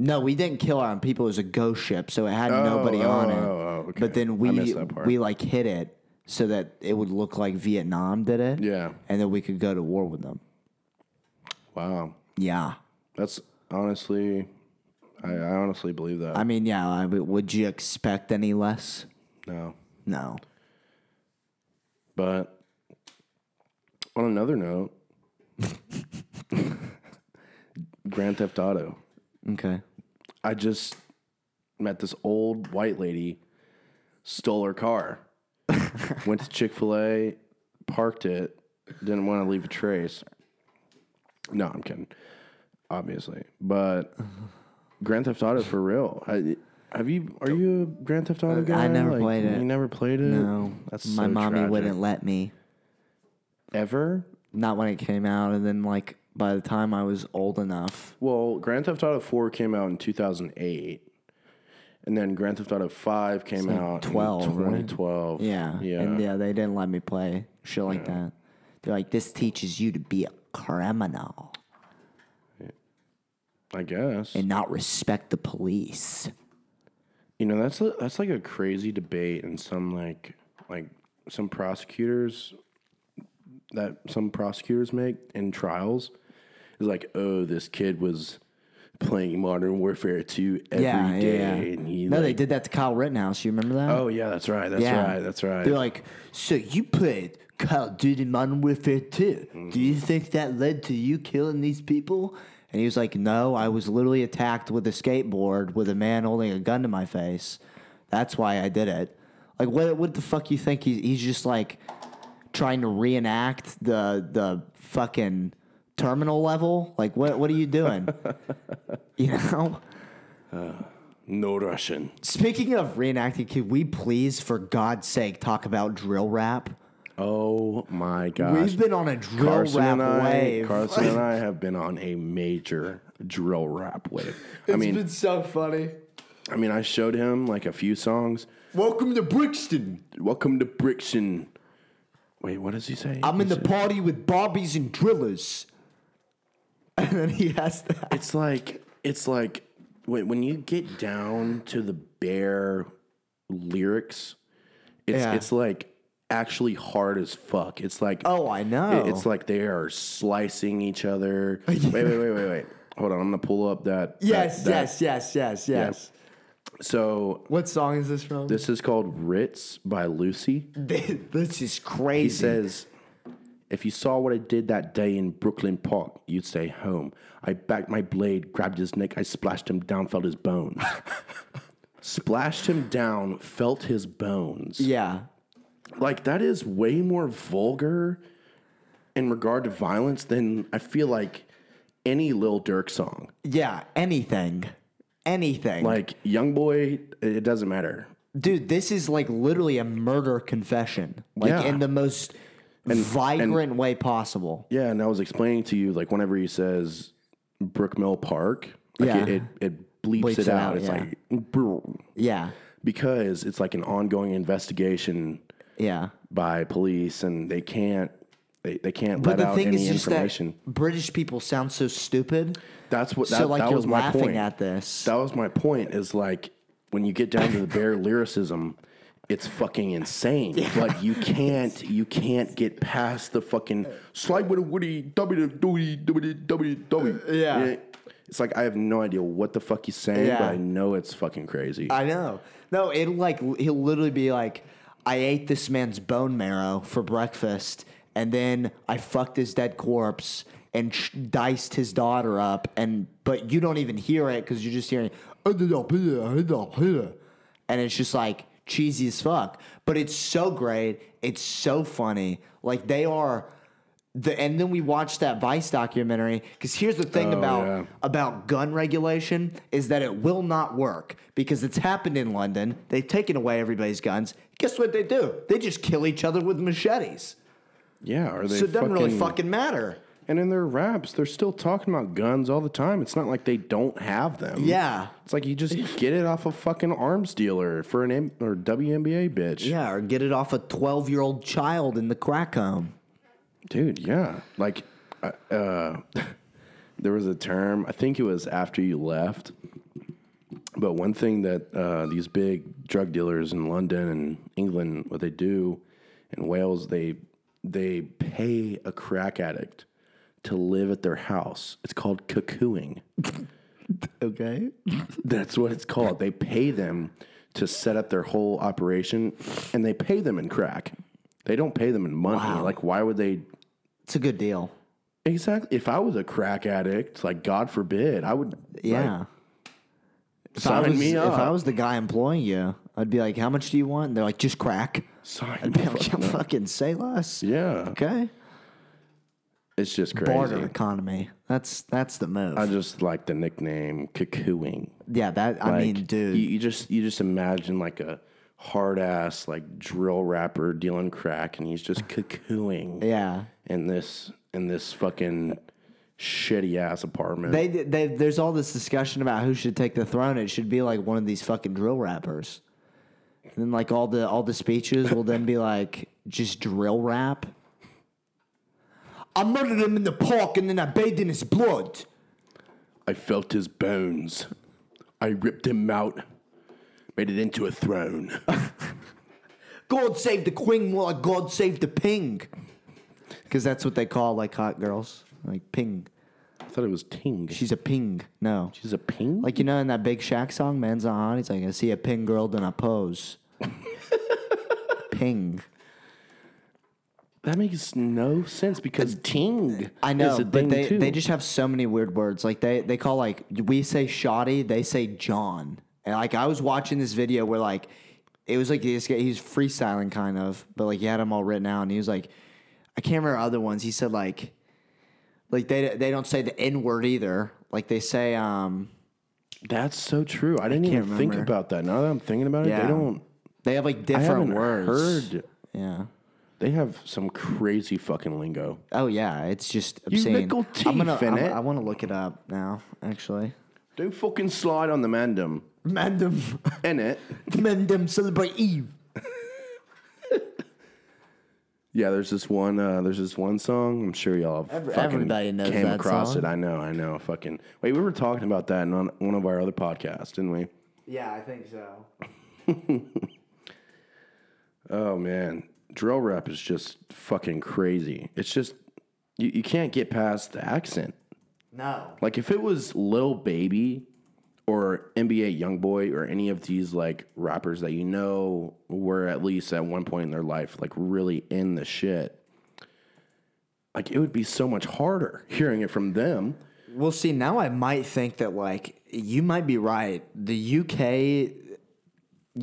A: No, we didn't kill our own people. It was a ghost ship, so it had nobody
B: oh,
A: on it.
B: oh, oh, okay.
A: But
B: I
A: then we
B: missed that part.
A: we like hit it so that it would look like Vietnam did it.
B: Yeah.
A: and then we could go to war with them.
B: Wow,
A: Yeah,
B: that's honestly, I, I honestly believe that.
A: I mean, yeah. I mean, would you expect any less?
B: no.
A: No.
B: But on another note, Grand Theft Auto.
A: Okay.
B: I just met this old white lady, stole her car, went to Chick fil A, parked it, didn't want to leave a trace. No, I'm kidding, obviously. But Grand Theft Auto for real. I, have you? Are you a Grand Theft Auto guy?
A: never played it.
B: You never played it?
A: No,
B: that's
A: my
B: so
A: mommy
B: tragic.
A: wouldn't let me.
B: ever.
A: Not when it came out, and then like by the time I was old enough.
B: Well, Grand Theft Auto 4 came out in 2008. And then Grand Theft Auto 5 came out
A: 12,
B: in
A: right?
B: 2012.
A: Yeah.
B: Yeah.
A: And yeah, they didn't let me play shit like that. They're like, this teaches you to be a criminal.
B: I guess.
A: and not respect the police.
B: you know, that's a, that's like a crazy debate and some like like some prosecutors that some prosecutors make in trials is like, "Oh, this kid was playing Modern Warfare 2 every day,
A: yeah, yeah, yeah.
B: and he
A: no,
B: like,
A: they did that to Kyle Rittenhouse. You remember that?
B: Oh, yeah, that's right. That's
A: Yeah.
B: right. That's right.
A: They're like, so you played Call of Duty Modern Warfare 2. Do
B: Mm-hmm.
A: you think that led to you killing these people? And he was like, no, I was literally attacked with a skateboard with a man holding a gun to my face. That's why I did it. Like, what, what the fuck you think? He's, he's just like trying to reenact the the fucking terminal level. Like, what what are you doing? you know.
B: no Russian.
A: Speaking of reenacting, can we please, for God's sake, talk about drill rap?
B: Oh my gosh.
A: We've been on a drill
B: Carson
A: rap
B: and I,
A: wave.
B: Carson and I have been on a major drill rap wave. I mean,
A: so funny.
B: I mean, I showed him like a few songs.
A: Welcome to Brixton.
B: Welcome to Brixton. Wait, what does he say?
A: I'm in the
B: He said-
A: party with Barbies and drillers. And then he has that.
B: It's like it's like when when you get down to the bare lyrics, it's
A: Yeah.
B: it's like actually hard as fuck. It's like
A: Oh, I know.
B: It- It's like they are slicing each other. wait, wait, wait, wait, wait. Hold on, I'm gonna pull up that.
A: yes,
B: that- that-
A: yes, yes, yes, yes,
B: So
C: What song is this from?
B: this is called Ritz by Lucy.
A: this is
B: He
A: crazy.
B: says, If you saw what I did that day in Brooklyn Park, you'd stay home. I backed my blade, grabbed his neck, I splashed him down, felt his bones. splashed him down, felt his bones.
A: yeah.
B: Like, that is way more vulgar in regard to violence than I feel like any Lil Durk song.
A: Yeah. Anything. Anything.
B: Like, Youngboy, it doesn't matter.
A: Dude, this is like literally a murder confession. Like
B: Yeah.
A: in the most vibrant way possible.
B: Yeah, and I was explaining to you, like, whenever he says Brookmill Park, like,
A: Yeah.
B: it, it, it bleeps, it, out. It's
A: yeah.
B: like, "Brr."
A: Yeah.
B: because it's like an ongoing investigation
A: Yeah.
B: by police and they can't they, they can't
A: But
B: let
A: the
B: out
A: thing
B: any
A: is just that
B: information.
A: British people sound so stupid.
B: That's what that,
A: so like
B: that
A: you're
B: was my
A: laughing
B: point.
A: at this.
B: That was my point is like when you get down to the bare lyricism, it's fucking insane. Like you can't you can't get past the fucking slide with a woody W W W W W.
A: Uh, Yeah.
B: It's like I have no idea what the fuck he's saying,
A: Yeah.
B: but I know it's fucking crazy.
A: I know. No, it'll like he'll literally be like, I ate this man's bone marrow for breakfast, and then I fucked his dead corpse and sh- diced his daughter up, and but you don't even hear it because you're just hearing, and it's just like cheesy as fuck. But it's so great. It's so funny. Like they are. The, and then we watched that Vice documentary because here's the thing about
B: Oh, yeah.
A: about gun regulation is that it will not work because it's happened in London. They've taken away everybody's guns. Guess what they do? They just kill each other with machetes.
B: yeah, are they
A: So it doesn't really
B: fucking
A: fucking matter.
B: And in their raps, they're still talking about guns all the time. It's not like they don't have them.
A: Yeah.
B: It's like you just get it off a fucking arms dealer for an M- or WNBA bitch.
A: Yeah, or get it off a 12 year old child in the crack home.
B: Dude, yeah. Like, uh, uh, there was a term, I think it was after you left. But one thing that uh, these big drug dealers in London and England, what they do in Wales, they they pay a crack addict to live at their house. It's called cuckooing.
A: Okay.
B: That's what it's called. They pay them to set up their whole operation, and they pay them in crack. They don't pay them in money. Like, why would they?
A: It's a good deal.
B: Exactly. If I was a crack addict, like God forbid, I would.
A: Yeah.
B: like,
A: if I
B: sign
A: was,
B: me up.
A: If I was the guy employing you, I'd be like, how much do you want? And they're like, just crack.
B: sign.
A: I'd be
B: the
A: like,
B: fuck up.
A: fucking say less.
B: Yeah,
A: Okay.
B: it's just crazy.
A: Barter economy. That's that's the move.
B: I just like the nickname cuckooing.
A: yeah, that I mean,
B: Like,
A: dude.
B: you, you just you just imagine like a hard ass like drill rapper dealing crack, and he's just cuckooing.
A: yeah.
B: in this in this fucking shitty ass apartment.
A: They, they there's all this discussion about who should take the throne. It should be like one of these fucking drill rappers. And then like all the all the speeches will then be like just drill rap. I murdered him in the park and then I bathed in his blood.
B: I felt his bones. I ripped him out, made it into a throne.
A: God save the queen more like God save the ping. Because that's what they call like hot girls. Like ping.
B: I thought it was Ting.
A: She's a ping. No.
B: She's a ping.
A: Like you know in that Big Shaq song, "Man's a Hot," he's like, "I see a ping girl, then I pose." ping.
B: that makes no sense because Ting.
A: I know,
B: is a
A: but
B: thing
A: they,
B: too.
A: they just have so many weird words. Like they they call like we say shoddy, they say John. And like I was watching this video where like it was like this guy he's freestyling kind of, but like he had them all written out, and he was like, I can't remember other ones. He said like, like they they don't say the N word either. Like they say um
B: That's so true. I didn't even
A: can't
B: think
A: remember.
B: about that. Now that I'm thinking about it,
A: Yeah.
B: they don't.
A: they have like
B: I
A: different
B: haven't
A: words.
B: heard.
A: Yeah.
B: They have some crazy fucking lingo.
A: Oh yeah, it's just obscene.
B: nickel
A: I'm gonna,
B: teeth in
A: I'm-
B: it.
A: I want to look it up now. Actually,
B: Don't fucking slide on the mandem.
A: Mandem,
B: In it.
A: Mandem celebrate Eve.
B: Yeah, there's this one. Uh, there's this one song. I'm sure y'all have
A: Every-
B: fucking
A: everybody knows
B: came
A: that
B: across
A: song.
B: it. I know. I know. Fucking wait, we were talking about that in on one of our other podcasts, didn't we?
A: Yeah, I think so.
B: Oh man, drill rap is just fucking crazy. It's just you, you can't get past the accent.
A: No.
B: Like if it was Lil Baby or NBA YoungBoy or any of these like rappers that you know were at least at one point in their life like really in the shit. Like it would be so much harder hearing it from them.
A: Well, see, now I might think that like you might be right. The UK,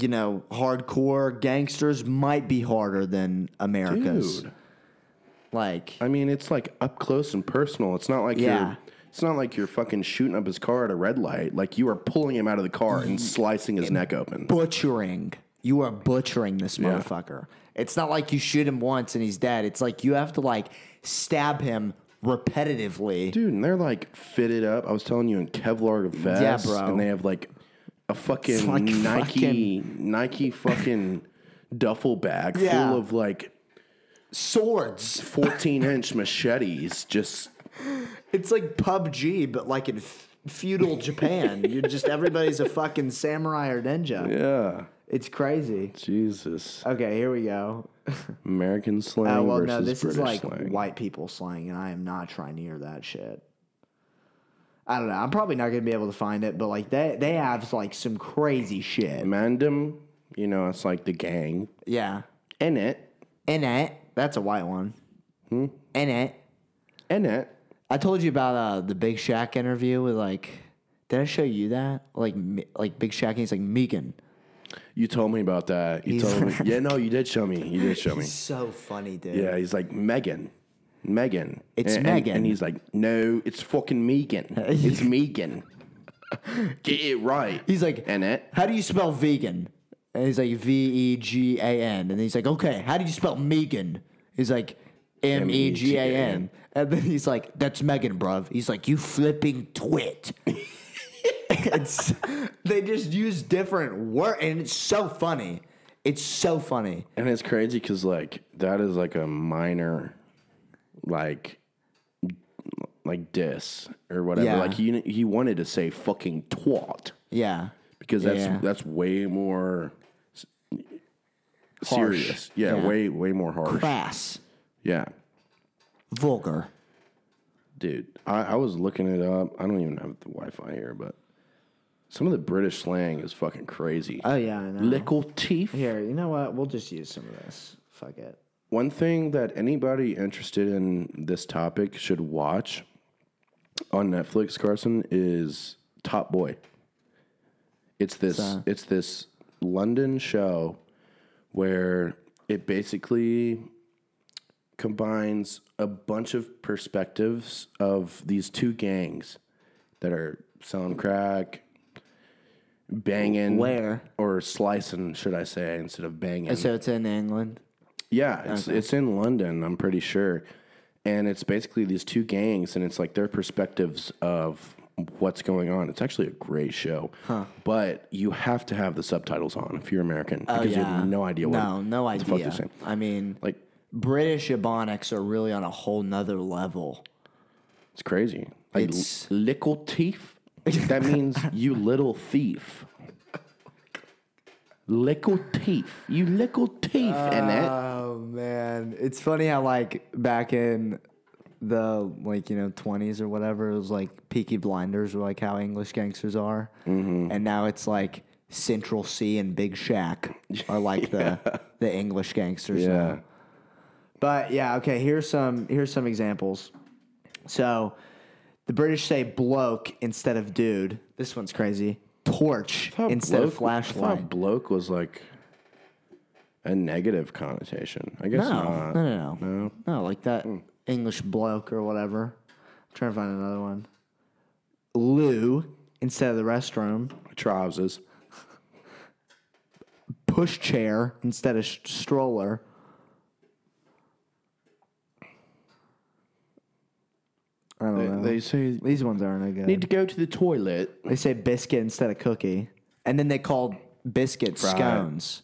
A: you know, hardcore gangsters might be harder than America's.
B: Dude.
A: Like,
B: I mean, it's like up close and personal. It's not like
A: Yeah.
B: you're it's not like you're fucking shooting up his car at a red light. Like you are pulling him out of the car and slicing his neck open.
A: butchering. You are butchering this motherfucker. It's not like you shoot him once and he's dead. It's like you have to like stab him repetitively.
B: Dude, and they're like fitted up. I was telling you in Kevlar vests,
A: bro.
B: and they have like a fucking
A: like
B: Nike Nike fucking duffel bag
A: Yeah.
B: full of like
A: Swords.
B: fourteen inch machetes. Just
A: It's like PUBG, but like in f- feudal Japan. You're just everybody's a fucking samurai or ninja.
B: yeah,
A: It's crazy.
B: Jesus,
A: Okay, here we go.
B: American slang
A: Oh well,
B: versus
A: no, this
B: British
A: is like
B: slang.
A: white people slang, and I am not trying to hear that shit. I don't know. I'm probably not gonna be able to find it, but like they they have like some crazy
B: Mm.
A: shit.
B: Mandem, you know, it's like the gang
A: Yeah,
B: in it,
A: in it. That's a white one. Hmm? In it.
B: in it.
A: I told you about uh, the Big Shaq interview with like. Did I show you that? Like, Me- like Big Shaq, and he's like Megan.
B: You told me about that. You
A: He's-
B: told me. Yeah, no, you did show me. You did show me.
A: So funny, dude.
B: Yeah, he's like Megan. Megan.
A: It's
B: and,
A: Megan.
B: And, he's like, no, it's fucking Megan. It's Megan. Get it right.
A: He's like,
B: and it.
A: How do you spell vegan? And he's like V E G A N. And he's like, okay, how do you spell Megan? He's like M E G A N. And then he's like, that's Megan, bruv. He's like, you flipping twit. it's, they just use different word, and it's so funny. It's so funny.
B: And it's crazy because like that is like a minor, like, like diss or whatever.
A: Yeah.
B: Like he he wanted to say fucking twat
A: Yeah.
B: because that's
A: Yeah.
B: that's way more s-
A: Harsh.
B: serious. Yeah,
A: Yeah.
B: way way more harsh.
A: Crass.
B: Yeah.
A: Vulgar.
B: Dude, I, I was looking it up. I don't even have the Wi Fi here, but some of the British slang is fucking crazy.
A: Oh, yeah, I know.
B: Lickle teeth.
A: Here, you know what? We'll just use some of this. Fuck it.
B: One thing that anybody interested in this topic should watch on Netflix, Carson, is Top Boy. It's this it's this London show where it basically combines a bunch of perspectives of these two gangs that are selling crack, banging
A: Where?
B: or slicing, should I say, instead of banging.
A: So it's in England.
B: Yeah, it's it's in London, I'm pretty sure. And it's basically these two gangs and it's like their perspectives of what's going on. It's actually a great show. But you have to have the subtitles on if you're American because you
A: Oh, yeah.
B: have no idea what
A: No, no
B: what the fuck they're
A: idea.
B: saying.
A: I mean,
B: Like
A: British ebonics are really on a whole nother level.
B: it's crazy. Like
A: It's-
B: l- lickle teeth. that means you little thief. Lickle teeth. You lickle teeth in it.
A: Oh man, it's funny how like back in the like you know 20s or whatever, it was like Peaky Blinders were like how English gangsters are, and now it's like Central C and Big Shaq are like the the English gangsters. now.
B: Yeah.
A: But yeah, okay. Here's some here's some examples. So, the British say bloke instead of dude. This one's crazy. Torch
B: thought
A: instead of
B: bloke- I
A: flashlight.
B: thought bloke was like a negative connotation. I guess
A: No, no,
B: not. Hmm.
A: no, no, no, like that English bloke or whatever. I'm trying to find another one. Lou instead of the restroom.
B: Trousers.
A: Push chair instead of sh- stroller. I don't
B: They,
A: know.
B: they say
A: These ones aren't good.
B: need to go to the toilet.
A: They say biscuit instead of cookie. And then they called biscuits
B: Fried.
A: scones.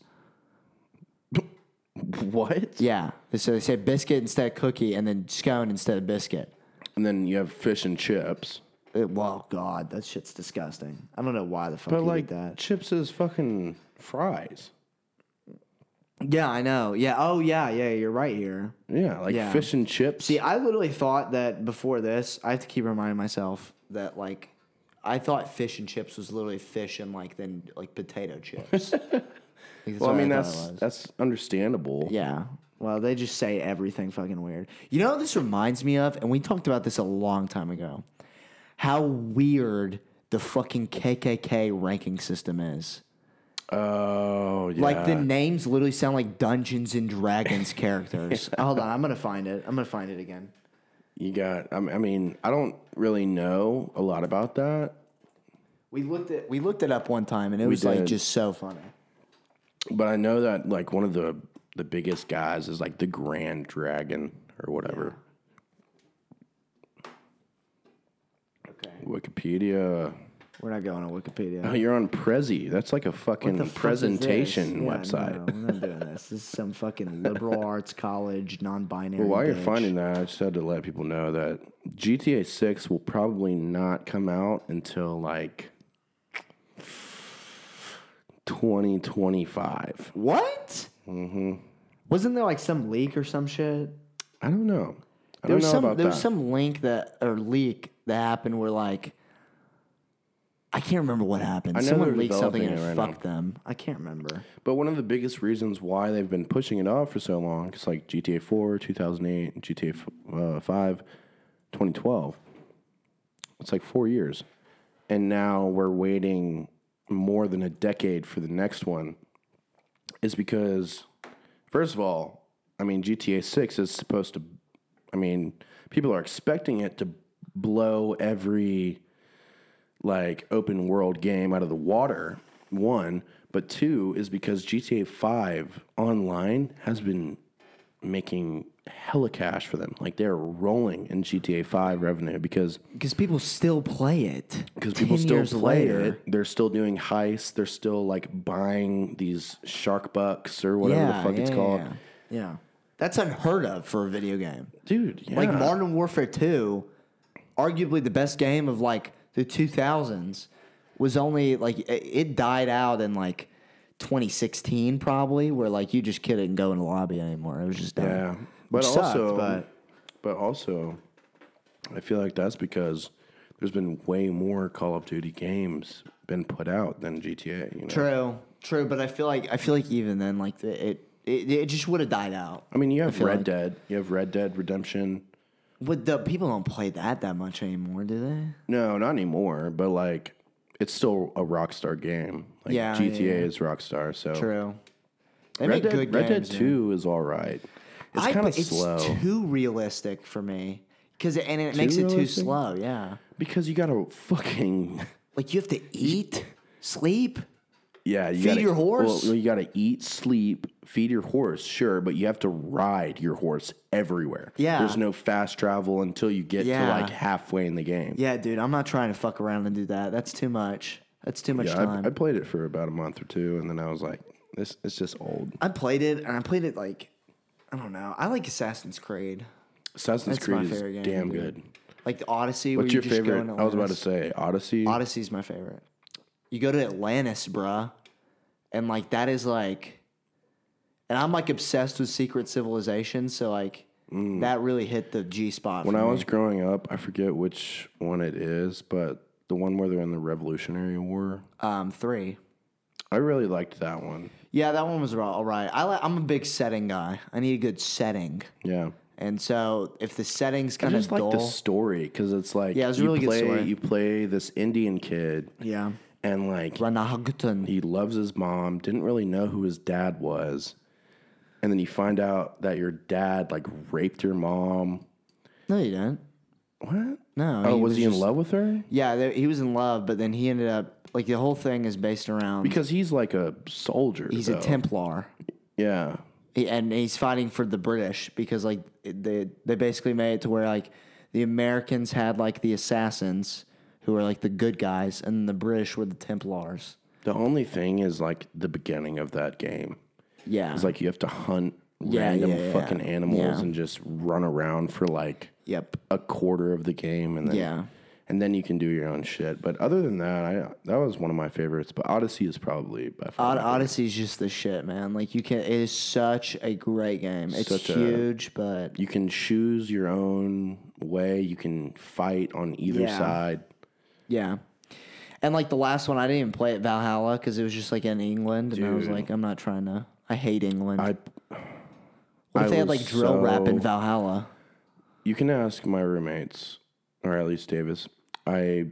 B: What?
A: Yeah. So they say biscuit instead of cookie and then scone instead of biscuit.
B: And then you have fish and chips.
A: It, well, God, that shit's disgusting. I don't know why the fuck
B: But
A: you
B: like
A: like that.
B: chips is fucking fries.
A: Yeah, I know. Yeah. Oh, yeah. Yeah. You're right here.
B: Yeah, like
A: Yeah.
B: fish and chips.
A: See, I literally thought that before this, I have to keep reminding myself that like I thought fish and chips was literally fish and like then like potato chips. Like, that's
B: Well, I
A: what
B: mean
A: thought it
B: that's
A: was.
B: that's understandable.
A: yeah. Well, they just say everything fucking weird. You know what this reminds me of, and we talked about this a long time ago. How weird the fucking KKK ranking system is.
B: Oh yeah.
A: Like the names literally sound like Dungeons and Dragons characters. Hold on, I'm gonna find it. I'm gonna find it again.
B: you got. I mean- I mean, I don't really know a lot about that,
A: We looked it. We looked it up one time, and it was like
B: did.
A: just so funny.
B: but I know that like one of the the biggest guys is like the Grand Dragon or whatever.
A: Okay,
B: Wikipedia.
A: we're not going on Wikipedia.
B: Oh, you're on Prezi. That's like a fucking
A: the fuck is
B: presentation
A: this? Yeah,
B: website.
A: No, we're not doing this. This is some fucking liberal arts college, non-binary.
B: Well, while you're
A: bitch.
B: finding that, I just had to let people know that GTA 6 will probably not come out until like 2025.
A: what? Mm-hmm. Wasn't there like some leak or some shit?
B: I don't know. I
A: There
B: don't
A: was
B: know
A: some.
B: about
A: There
B: that.
A: was some link that or leak that happened where like. I can't remember what happened.
B: know
A: Someone
B: they're
A: leaked something and
B: developing
A: it
B: it right
A: fucked them. I can't remember.
B: but one of the biggest reasons why they've been pushing it off for so long, because like GTA 4, 2008, GTA f- uh, 5, 2012, it's like four years. And now we're waiting more than a decade for the next one. is because first of all, I mean GTA 6 is supposed to I mean, people are expecting it to blow every like open world game out of the water. One, but two is because GTA 5 online has been making hella cash for them. Like they're rolling in GTA 5 revenue because
A: Because people still play it.
B: because people
A: 10
B: still
A: years
B: play
A: later.
B: it. They're still doing heists. They're still like buying these shark bucks or whatever the fuck it's called.
A: Yeah. Yeah. That's unheard of for a video game.
B: Dude, yeah.
A: Like Modern Warfare 2, arguably the best game of like the 2000s, was only like it- it died out in like 2016 probably, where like you just couldn't go in the lobby anymore. It was just done.
B: yeah. But
A: Which sucked,
B: also,
A: but-
B: but... also, I feel like that's because there's been way more Call of Duty games been put out than GTA. You know?
A: True, true. But I feel like I feel like even then, like the, it, it, it just would have died out.
B: I mean, you have
A: feel
B: Red
A: like-
B: Dead. You have Red Dead Redemption.
A: But the people don't play that that much anymore, do they?
B: No, not anymore. But like, it's still a Rockstar game. Like
A: Yeah, yeah,
B: GTA
A: yeah.
B: is Rockstar. So
A: True. They
B: Red Dead, Red Dead
A: man.
B: Two is all right. It's
A: I-
B: kind of
A: but
B: slow
A: It's too realistic for me because and it makes it too
B: realistic?
A: slow. Yeah,
B: because you gotta fucking
A: like you have to eat, sleep.
B: yeah. You
A: Feed
B: gotta,
A: your horse?
B: Well, you gotta eat, sleep, feed your horse, sure, but you have to ride your horse everywhere.
A: Yeah.
B: there's no fast travel until you get to
A: Yeah.
B: like halfway in the game.
A: Yeah, dude, I'm not trying to fuck around and do that. That's too much. That's too much
B: Yeah,
A: time.
B: I, I played it for about a month or two, and then I was like, this it's just old.
A: I, played it and I played it like I don't know. I like Assassin's Creed,
B: Assassin's
A: That's my
B: Creed is
A: favorite game,
B: damn
A: dude.
B: good.
A: like the Odyssey.
B: What's
A: where
B: your
A: you just go
B: favorite?
A: into
B: I was about to
A: lands.
B: say Odyssey.
A: Odyssey's my favorite. You go to Atlantis, bruh, and like that is like, and I'm like obsessed with secret civilization, so like that really hit the G spot.
B: Mm. When
A: for
B: I
A: me.
B: was growing up, I forget which one it is, but the one where they're in the Revolutionary War.
A: um, three.
B: I really liked that one.
A: Yeah, that one was ra- all right. I li- I'm a big setting guy. I need a good setting,
B: Yeah.
A: and so if the setting's
B: I
A: kind of
B: just
A: dull,
B: like the story because it's like
A: Yeah, it was a
B: you
A: really good
B: play
A: story.
B: you play this Indian kid
A: yeah,
B: and like
A: Ranahagutun.
B: he loves his mom, didn't really know who his dad was, and then you find out that your dad like raped your mom.
A: No, you don't.
B: What?
A: No.
B: Oh, was he in
A: just-
B: love with her?
A: Yeah, there, he was in love, but then he ended up like the whole thing is based around
B: Because he's like a soldier.
A: he's
B: though.
A: a Templar.
B: Yeah.
A: He- and he's fighting for the British because like it- they they basically made it to where like the Americans had like the assassins who were like the good guys, and the British were the Templars.
B: The only thing is like the beginning of that game.
A: Yeah,
B: It's like you have to hunt
A: Yeah,
B: random
A: yeah, yeah.
B: fucking animals
A: Yeah.
B: and just run around for like
A: yep,
B: a quarter of the game and then
A: Yeah.
B: and then you can do your own shit. But other than that, I that was one of my favorites. But Odyssey is probably by far
A: Od-
B: my favorite.
A: Odyssey is just the shit, man. Like you can, it is such a great game. It's
B: Such a-
A: huge, but
B: you can choose your own way. You can fight on either
A: Yeah.
B: side.
A: yeah, And like the last one, I didn't even play at Valhalla because it was just like in England, and I was
B: Dude.
A: like, I'm not trying to. I hate England.
B: I
A: what if
B: I
A: they had
B: was
A: like drill rap in
B: so-
A: Valhalla?
B: you can ask my roommates, or at least Davis. I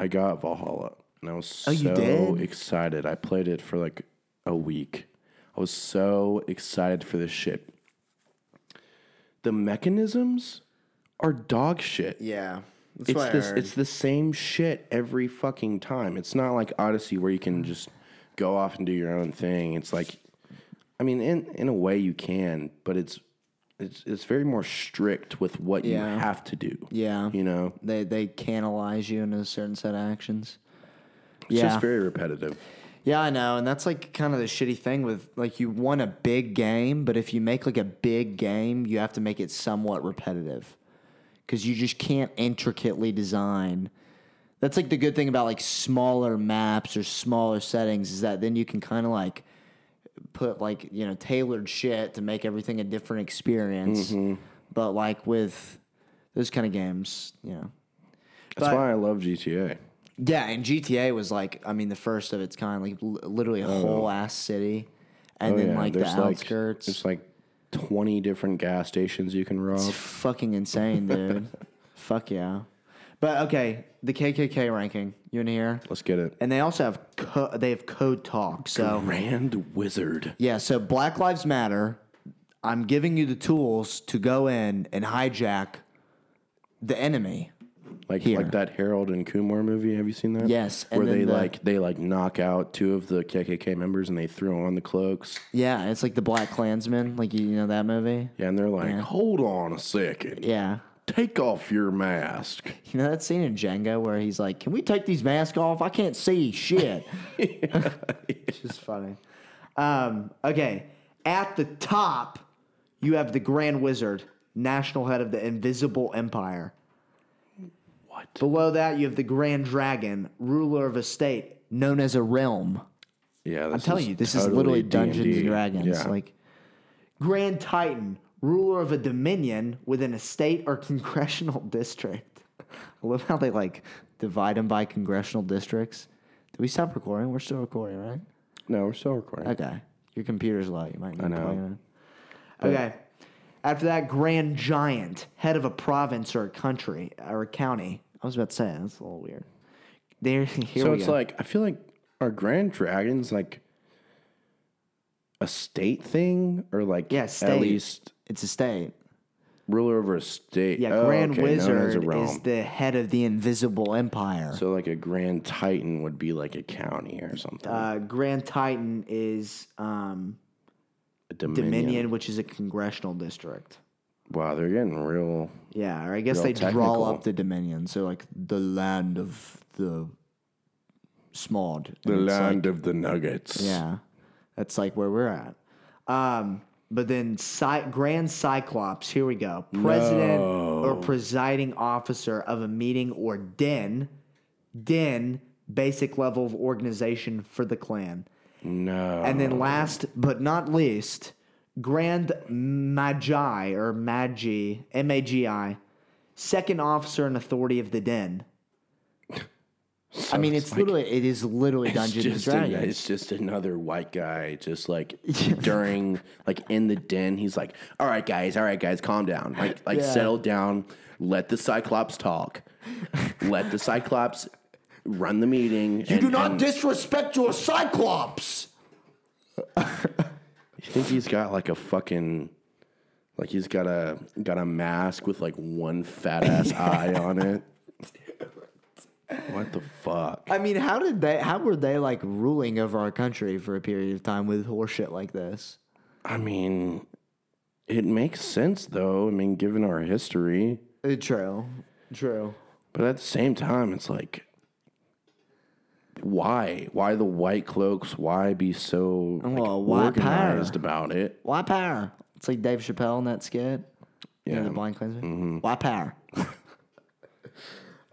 B: I got Valhalla and I was
A: Oh, you
B: so
A: did?
B: excited. I played it for like a week. I was so excited for this shit. The mechanisms are dog shit.
A: Yeah, that's
B: it's this it's the same shit every fucking time. It's not like Odyssey where you can just go off and do your own thing. It's like I mean in in a way you can, but it's it's it's very more strict with what
A: Yeah.
B: you have to do.
A: yeah,
B: You know.
A: they they canalize you into a certain set of actions.
B: It's
A: yeah,
B: just very repetitive.
A: Yeah, I know, and that's like kind of the shitty thing with like you want a big game, but if you make like a big game, you have to make it somewhat repetitive because you just can't intricately design. That's like the good thing about like smaller maps or smaller settings is that then you can kind of like put like you know tailored shit to make everything a different experience. But like with those kind of games, you know,
B: That's
A: But-
B: why I love GTA.
A: yeah, and GTA was like, I mean, the first of its kind, like l- literally a whole ass city, and
B: Oh,
A: then
B: yeah.
A: like the
B: There's like
A: outskirts.
B: there's like 20 different gas stations you can rob.
A: it's fucking insane, dude. Fuck yeah. But okay, the KKK ranking, you in here?
B: Let's get it.
A: And they also have co- they have code talk. So
B: Grand Wizard.
A: yeah, so Black Lives Matter. I'm giving you the tools to go in and hijack the enemy.
B: Like
A: Here.
B: like that Harold and Kumar movie. Have you seen that?
A: Yes, and
B: Where
A: then
B: they
A: the-
B: like they like knock out two of the KKK members and they throw on the cloaks.
A: Yeah, it's like the Black Klansman, like you, you know that movie.
B: Yeah, and they're like, hold on a second,
A: Yeah.
B: take off your mask.
A: You know that scene in Django where he's like, "Can we take these masks off? I can't see shit." It's just funny. Um, okay, at the top, you have the Grand Wizard, national head of the Invisible Empire.
B: What?
A: Below that, you have the Grand Dragon, ruler of a state known as a realm.
B: Yeah,
A: I'm telling you, this is literally Dungeons and Dragons.
B: Yeah.
A: Like Grand Titan, ruler of a dominion within a state or congressional district. I love how they like divide them by congressional districts. Did we stop recording? We're still recording, right?
B: no, we're still recording.
A: Okay. Your computer's low. You might need I
B: know.
A: it. Okay. After that, Grand Giant, head of a province or a country or a county. I was about to say that's a little weird. There, here
B: so
A: we
B: it's
A: go.
B: like I feel like our Grand Dragons like a state thing or like
A: Yeah,
B: at
A: state.
B: least
A: it's a state.
B: ruler over a state.
A: Yeah,
B: Oh,
A: Grand
B: okay, known as a
A: Wizard is
B: realm.
A: the head of the Invisible Empire.
B: so like a Grand Titan would be like a county or something.
A: uh, Grand Titan is um,
B: a dominion.
A: Dominion, which is a congressional district.
B: Wow, they're getting real.
A: Yeah, or I guess
B: Real
A: they
B: technical.
A: draw up the Dominion. So, like, the land of the smod. And
B: The
A: it's like-
B: land of the nuggets.
A: yeah, that's like where we're at. Um, but then Cy- Grand Cyclops, here we go. President or presiding officer of a meeting or den. Den, basic level of organization for the clan.
B: No.
A: And then last but not least, Grand Magi or Magi, M A G I, second officer and authority of the den. I mean, it's, literally, it is literally Dungeons and
B: just an-
A: Dragons.
B: it's just another white guy, just like during, like in the den. He's like, "All right, guys, all right, guys, calm down, like, like
A: Yeah.
B: settle down. Let the Cyclops talk. Let the Cyclops run the meeting. You
A: disrespect your Cyclops.
B: you think he's got like a fucking, like he's got a got a mask with like one fat ass eye on it. What the fuck?
A: I mean, how did they? How were they like ruling over our country for a period of time with horseshit like this?
B: I mean, it makes sense though. I mean, given our history.
A: Uh, True, true.
B: But at the same time, it's like, why? Why the white cloaks? Why be so like,
A: Well, why
B: organized about it?
A: Why power? It's like Dave Chappelle in that skit. Yeah, Mm-hmm. the blind cleanser. Why power?
B: Dave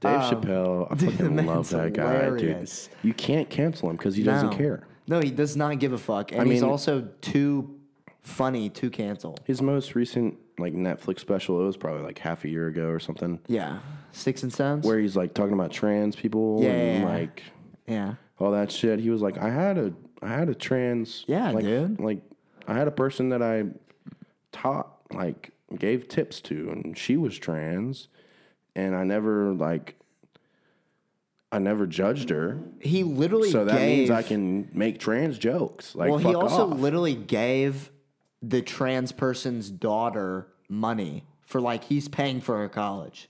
B: Chappelle, I
A: Um, dude,
B: fucking
A: the
B: love
A: man's
B: that
A: hilarious.
B: guy, dude. You can't cancel him because he
A: No.
B: doesn't care.
A: No, he does not give a fuck, and he's
B: mean-
A: also too funny to cancel.
B: His most recent like Netflix special, it was probably like half a year ago or something,
A: Yeah, sticks and stones.
B: where he's like talking about trans people
A: Yeah,
B: and
A: yeah, yeah.
B: like
A: Yeah.
B: all that shit. He was like, I had a I had a trans
A: Yeah,
B: like,
A: dude.
B: Like I had a person that I taught, like gave tips to, and she was trans. And I never like I never judged her.
A: He literally
B: So that
A: gave,
B: means I can make trans jokes. Like
A: Well,
B: fuck
A: he also
B: off.
A: literally gave the trans person's daughter money for like he's paying for her college.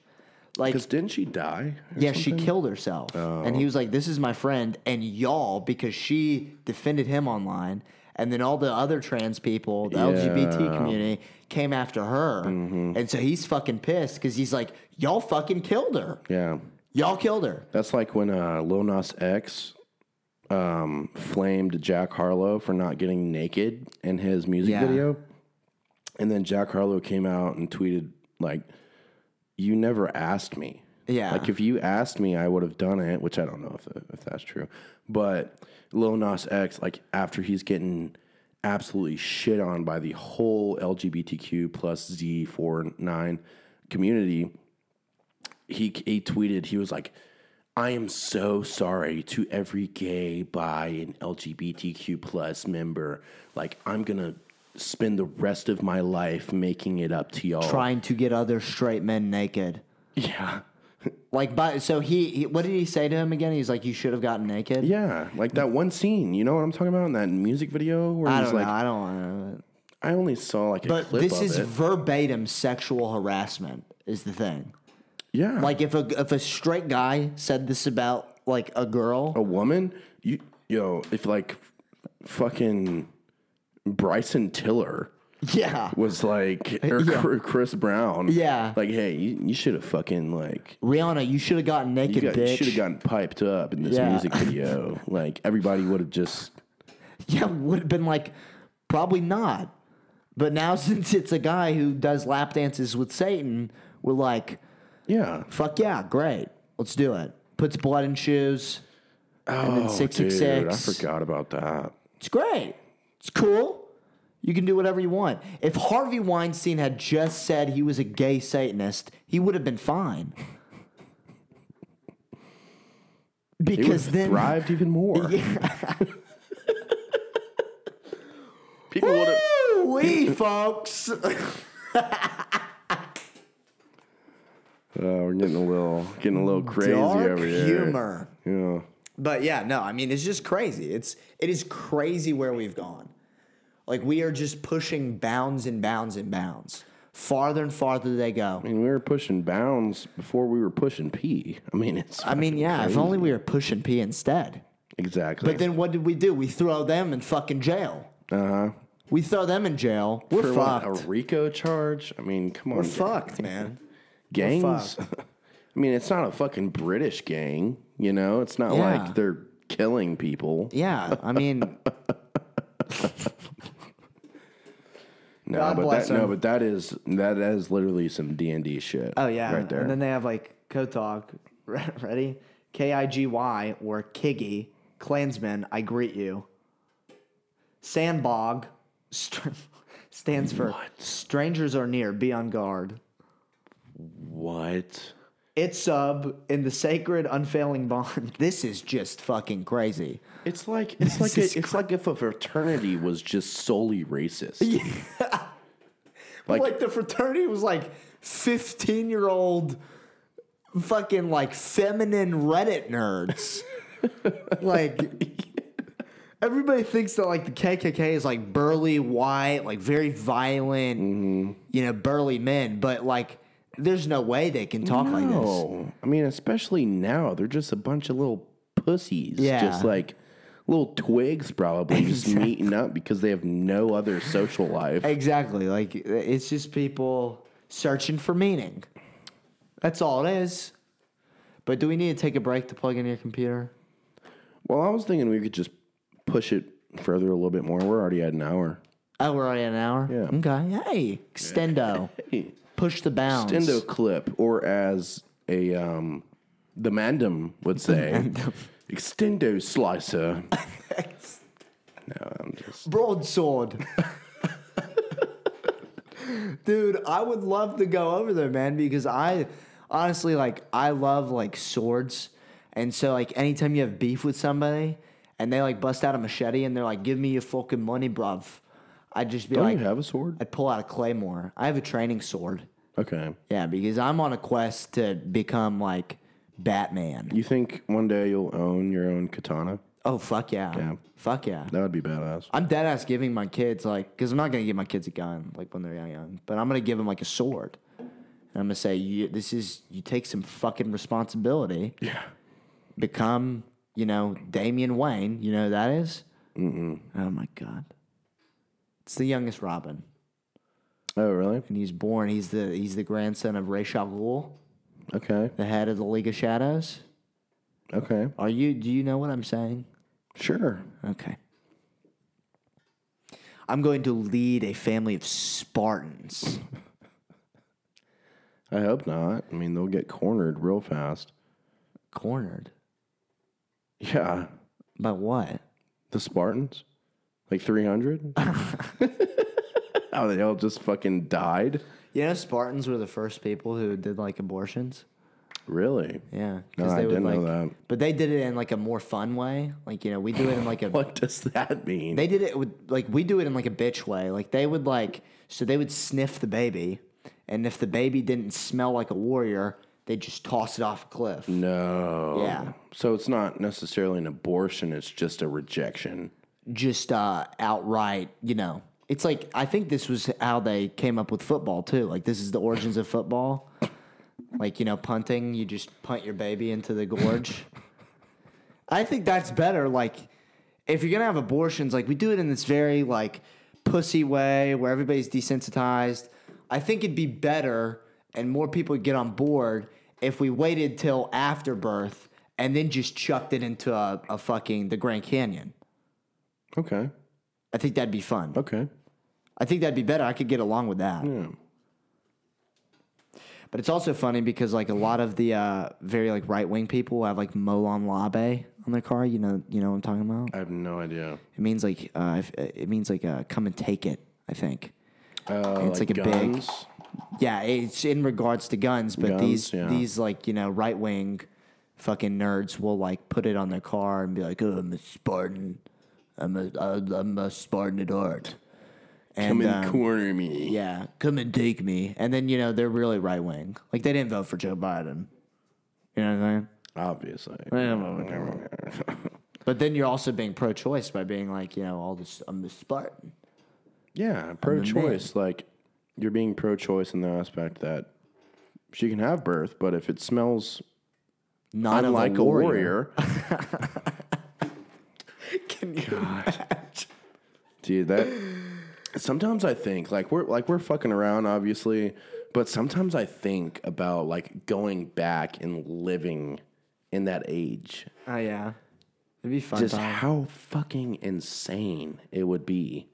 A: Like
B: Because didn't she die? or
A: Yeah,
B: something? Oh.
A: she killed herself. And he was like, This is my friend. And y'all, because she defended him online, and then all the other trans people, the LGBT
B: Yeah. Mm-hmm.
A: community, came after her. And so he's fucking pissed because he's like, Y'all fucking killed her.
B: Yeah.
A: Y'all killed her.
B: That's like when uh, Lil Nas X um, flamed Jack Harlow for not getting naked in his music
A: Yeah.
B: video, and then Jack Harlow came out and tweeted like, "You never asked me.
A: Yeah.
B: Like if you asked me, I would have done it. Which I don't know if that, if that's true, but Lil Nas X, like after he's getting absolutely shit on by the whole LGBTQ plus Z four nine community, he he tweeted he was like i am so sorry to every gay bi and lgbtq plus member like i'm gonna spend the rest of my life making it up to y'all
A: Trying to get other straight men naked.
B: yeah
A: Like, but so he, he, what did he say to him again? He's like, You should have gotten naked.
B: yeah like that one scene you know what i'm talking about in that music video where
A: I
B: he's
A: don't
B: like
A: know. I don't want to.
B: i only saw like a
A: But
B: clip
A: this
B: of
A: is
B: it
A: verbatim sexual harassment, is the thing.
B: yeah
A: Like if a if a straight guy said this about like a girl,
B: a woman you yo if like fucking bryson tiller
A: yeah,
B: was like or
A: Yeah.
B: Chr- Chris Brown.
A: Yeah.
B: Like, hey, you, you should have fucking like
A: Rihanna, you should have gotten naked,
B: you, got- you
A: bitch.
B: should have gotten piped up in this
A: Yeah.
B: music video. like everybody would have just
A: yeah, would have been like probably not. But now since it's a guy who does lap dances with Satan, we're like,
B: yeah.
A: fuck yeah, great, let's do it. Puts blood in shoes. and then
B: Oh,
A: six
B: dude,
A: six
B: I
A: six.
B: forgot about that.
A: It's great. It's cool. You can do whatever you want. If Harvey Weinstein had just said he was a gay Satanist, he would have been fine.
B: It would have
A: Because then
B: thrived even more. People would have
A: we folks.
B: Oh, we're getting a little getting a little crazy
A: Dark
B: over here.
A: humor.
B: Yeah.
A: But yeah, no, I mean it's just crazy. It's it is crazy where we've gone. Like we are just pushing bounds and bounds and bounds. Farther and farther they go.
B: I mean, we were pushing bounds before we were pushing P. I mean, it's
A: I mean,
B: fucking
A: yeah, if
B: crazy.
A: only we were pushing P instead.
B: exactly.
A: But then what did we do? We throw them in fucking jail.
B: uh-huh.
A: We throw them in jail. We're
B: for what,
A: fucked.
B: a Rico charge. I mean, come on,
A: We're
B: gang-
A: fucked, man.
B: gangs. I mean, it's not a fucking British gang, you know. It's not
A: Yeah.
B: like they're killing people.
A: Yeah, I mean,
B: No,
A: God
B: but
A: bless
B: that no,
A: them.
B: but that is that is literally some D and D shit.
A: oh yeah,
B: right there.
A: And then they have like Kotog, Re- ready? K I G Y or Kiggy, Klansmen, I greet you. Sandbog st- stands for strangers are near, be on guard.
B: what?
A: It's sub in the sacred unfailing bond. This is just fucking crazy.
B: It's like it's like a,
A: is
B: it's like if a fraternity was just solely racist. Like-
A: Like, the fraternity was like 15 year old fucking like feminine Reddit nerds. like everybody thinks that like the KKK is like burly white, like very violent, you know, burly men, but like there's no way they can talk like this.
B: No, I mean, especially now, they're just a bunch of little pussies.
A: Yeah.
B: Just like little twigs, probably, just meeting up because they have no other social life.
A: Exactly. Like it's just people searching for meaning. That's all it is. But do we need to take a break to plug in your computer?
B: Well, I was thinking we could just push it further a little bit more. We're already at an hour.
A: Oh, we're already at an hour?
B: Yeah.
A: Okay. Hey, extendo. Push the bounds.
B: Stendo clip, or as a um, the Mandem would say, extendo slicer. Oh, no, I'm just
A: Broadsword. Dude, I would love to go over there, man, because I honestly, like, I love, like, swords. And so like anytime you have beef with somebody and they like bust out a machete and they're like, "Give me your fucking money, bruv," I'd just be
B: Don't
A: like,
B: you have a sword?
A: I'd pull out a claymore. I have a training sword.
B: Okay.
A: Yeah, because I'm on a quest to become like Batman.
B: You think one day you'll own your own katana?
A: Oh fuck yeah.
B: Yeah.
A: Fuck yeah.
B: That would be badass.
A: I'm dead ass giving my kids like, because I'm not gonna give my kids a gun like when they're young, young, but I'm gonna give them like a sword, and I'm gonna say, you, this is you take some fucking responsibility.
B: Yeah.
A: Become, you know, Damian Wayne. You know who that is? Mm-mm. Oh my god, it's the youngest Robin,
B: Oh, really?
A: and he's born. He's the he's the grandson of Ra's al Ghul,
B: Okay.
A: the head of the League of Shadows.
B: Okay.
A: Are you? Do you know what I'm saying?
B: Sure.
A: Okay. I'm going to lead a family of Spartans.
B: I hope not. I mean, they'll get cornered real fast.
A: Cornered.
B: Yeah.
A: By what?
B: The Spartans? Like 300? How they all just fucking died?
A: You know, Spartans were the first people who did like abortions.
B: Really?
A: Yeah,
B: No,
A: 'cause
B: I
A: they would,
B: didn't know
A: like-
B: that.
A: But they did it in like a more fun way. Like you know, we do it in like a.
B: What does that mean?
A: They did it with like we do it in like a bitch way. Like they would like so they would sniff the baby, and if the baby didn't smell like a warrior, they'd just toss it off a cliff.
B: no.
A: Yeah.
B: So it's not necessarily an abortion, it's just a rejection.
A: just uh, outright, you know. It's like I think this was how they came up with football too. Like this is the origins of football. Like you know, punting, you just punt your baby into the gorge. I think that's better. Like if you're gonna have abortions, like we do it in this very like pussy way where everybody's desensitized. I think it'd be better and more people would get on board if we waited till after birth and then just chucked it into a, a fucking the Grand Canyon.
B: Okay.
A: I think that'd be fun.
B: Okay.
A: I think that'd be better. I could get along with that.
B: Yeah.
A: But it's also funny because like a lot of the uh, very like right wing people have like Molon Labe on their car. You know, you know what I'm talking about.
B: I have no idea.
A: It means like uh, if- it means like uh, come and take it. I think.
B: Uh,
A: It's like a big-
B: guns?
A: Yeah, it's in regards to guns, but
B: Guns,
A: these
B: yeah.
A: these like you know right wing fucking nerds will like put it on their car and be like, "Oh, I'm a Spartan. I'm a I'm a Spartan at heart." And,
B: Come and
A: um,
B: corner me.
A: Yeah, come and take me. And then, you know, they're really right wing. Like, they didn't vote for Joe Biden. You know
B: Obviously.
A: what I'm saying? But then you're also being pro choice by being like, you know, all this, I'm the Spartan.
B: Yeah, pro choice. Like, you're being pro choice in the aspect that she can have birth, but if it smells
A: Not
B: unlike
A: a warrior.
B: can you Dude, that. Sometimes I think like we're like we're fucking around, obviously, but sometimes I think about like going back and living in that age.
A: Oh, yeah. It'd be fun.
B: Just
A: time.
B: how fucking insane it would be.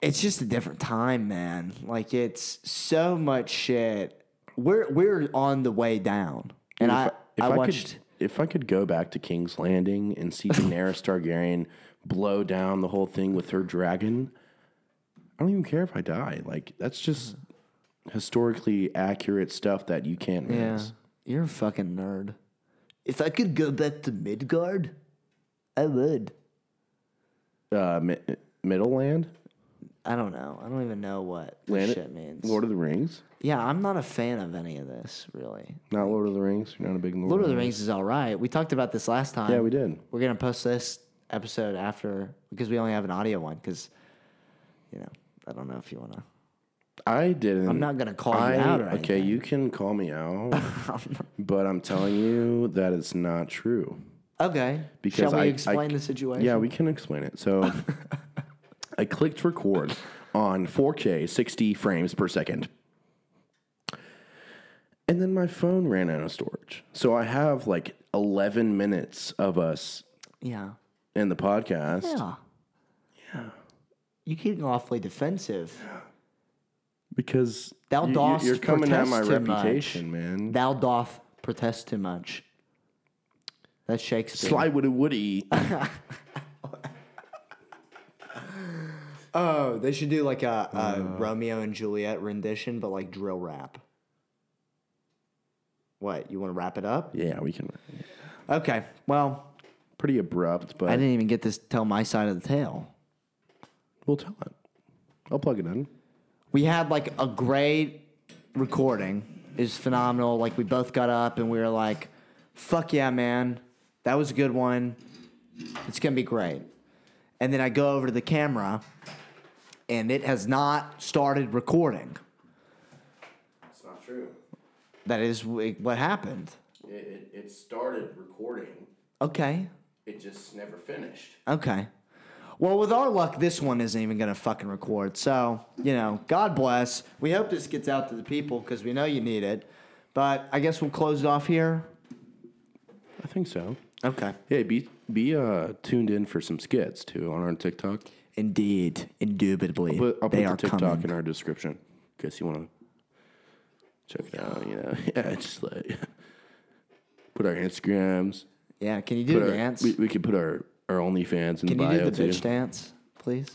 A: it's just a different time, man. Like, it's so much shit. We're, we're on the way down. And I, I, watched.
B: could, if I could go back to King's Landing and see Daenerys Targaryen blow down the whole thing with her dragon, I don't even care if I die. Like that's just historically accurate stuff that you can't
A: Yeah.
B: miss.
A: You're a fucking nerd. If I could go back to Midgard, I would.
B: Uh, mi- Middle Land,
A: I don't know. I don't even know what this
B: Land
A: shit means.
B: Lord of the Rings,
A: yeah, I'm not a fan of any of this, really.
B: not Lord of the Rings. You're not a big Lord,
A: Lord of the Rings is all right. We talked about this last time.
B: Yeah, we did.
A: We're going to post this episode after because we only have an audio one because, you know, I don't know if you want to.
B: I didn't.
A: I'm not going to call
B: I-
A: you out or
B: okay,
A: anything.
B: you can call me out, but I'm telling you that it's not true.
A: Okay.
B: Because
A: Shall we
B: I- I-
A: explain the situation?
B: Yeah, we can explain it. So I clicked record on 4K 60 frames per second. And then my phone ran out of storage. So I have like 11 minutes of us
A: Yeah.
B: in the podcast.
A: Yeah. Yeah. You're getting awfully defensive.
B: Because
A: Thou dost
B: are coming at
A: protest
B: my
A: too much.
B: reputation, man.
A: Thou doth protest too much. That's Shakespeare.
B: Sly Woody Woody.
A: oh, they should do like a, a Romeo and Juliet rendition, but like drill rap. What you want to wrap it up?
B: yeah, we can.
A: Okay. Well,
B: Pretty abrupt, but
A: I didn't even get to tell my side of the tale.
B: we'll tell it. I'll plug it in.
A: we had like a great recording. It was phenomenal. Like we both got up and we were like, "Fuck yeah, man, that was a good one. It's gonna be great." And then I go over to the camera, and it has not started recording.
B: It's not true.
A: That is w- what happened.
B: It, it, it started recording.
A: Okay,
B: It just never finished.
A: okay. Well, with our luck, this one isn't even gonna fucking record. So you know, God bless. We hope this gets out to the people because we know you need it. But I guess we'll close it off here.
B: I think so.
A: Okay.
B: Hey, be be uh, tuned in for some skits too on our TikTok.
A: Indeed, indubitably,
B: But I'll put
A: they
B: the
A: are
B: TikTok
A: coming.
B: in our description in case you want to check it out. You know, yeah, it's just like put our Instagrams.
A: yeah, can you do
B: Put
A: the
B: our,
A: dance?
B: We, we could put our our OnlyFans in
A: can
B: the
A: you
B: bio
A: do the
B: too.
A: bitch dance, please?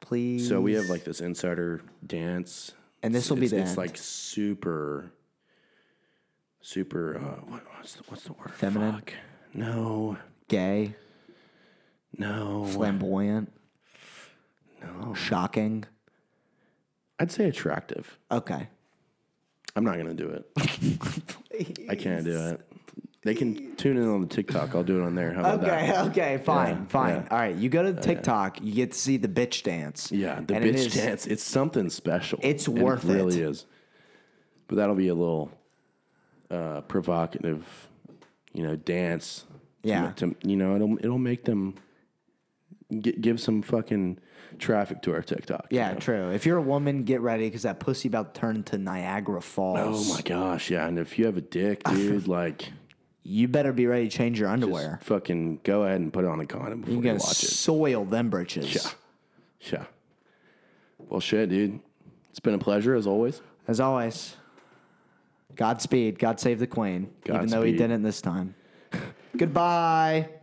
A: Please.
B: So we have uh, like this insider dance,
A: And this
B: It's-
A: will be
B: it's,
A: the
B: it's
A: end.
B: like super, super. Uh, what, what's the, what's the word?
A: Feminine?
B: Fuck. No,
A: gay,
B: no,
A: flamboyant,
B: no.
A: shocking.
B: I'd say attractive.
A: Okay.
B: I'm not gonna do it. I can't do it. They can tune in on the TikTok. I'll do it on there. How about
A: Okay,
B: that?
A: okay, fine,
B: Yeah, Oh,
A: fine.
B: yeah.
A: All right, you go to the TikTok, you get to see the bitch dance.
B: Yeah, the
A: and it
B: bitch
A: is-
B: dance. It's something special.
A: It's
B: And
A: worth it.
B: It really is. But that'll be a little uh, provocative, you know, dance. to
A: Yeah.
B: ma- To, you know, it'll it'll make them gi- give some fucking traffic to our TikTok. you
A: Yeah,
B: know?
A: true. If you're a woman, get ready because that pussy about to turn into Niagara
B: Oh
A: Falls.
B: my gosh, yeah. And if you have a dick, dude, like
A: You better be ready to change your underwear.
B: fucking go ahead and put on a condom before
A: You're
B: you
A: gonna
B: watch it.
A: soil them britches.
B: Yeah. Yeah. Well, shit, dude. It's been a pleasure as always.
A: As always, Godspeed. God save the Queen. even though he
B: Godspeed.
A: didn't this time. Goodbye.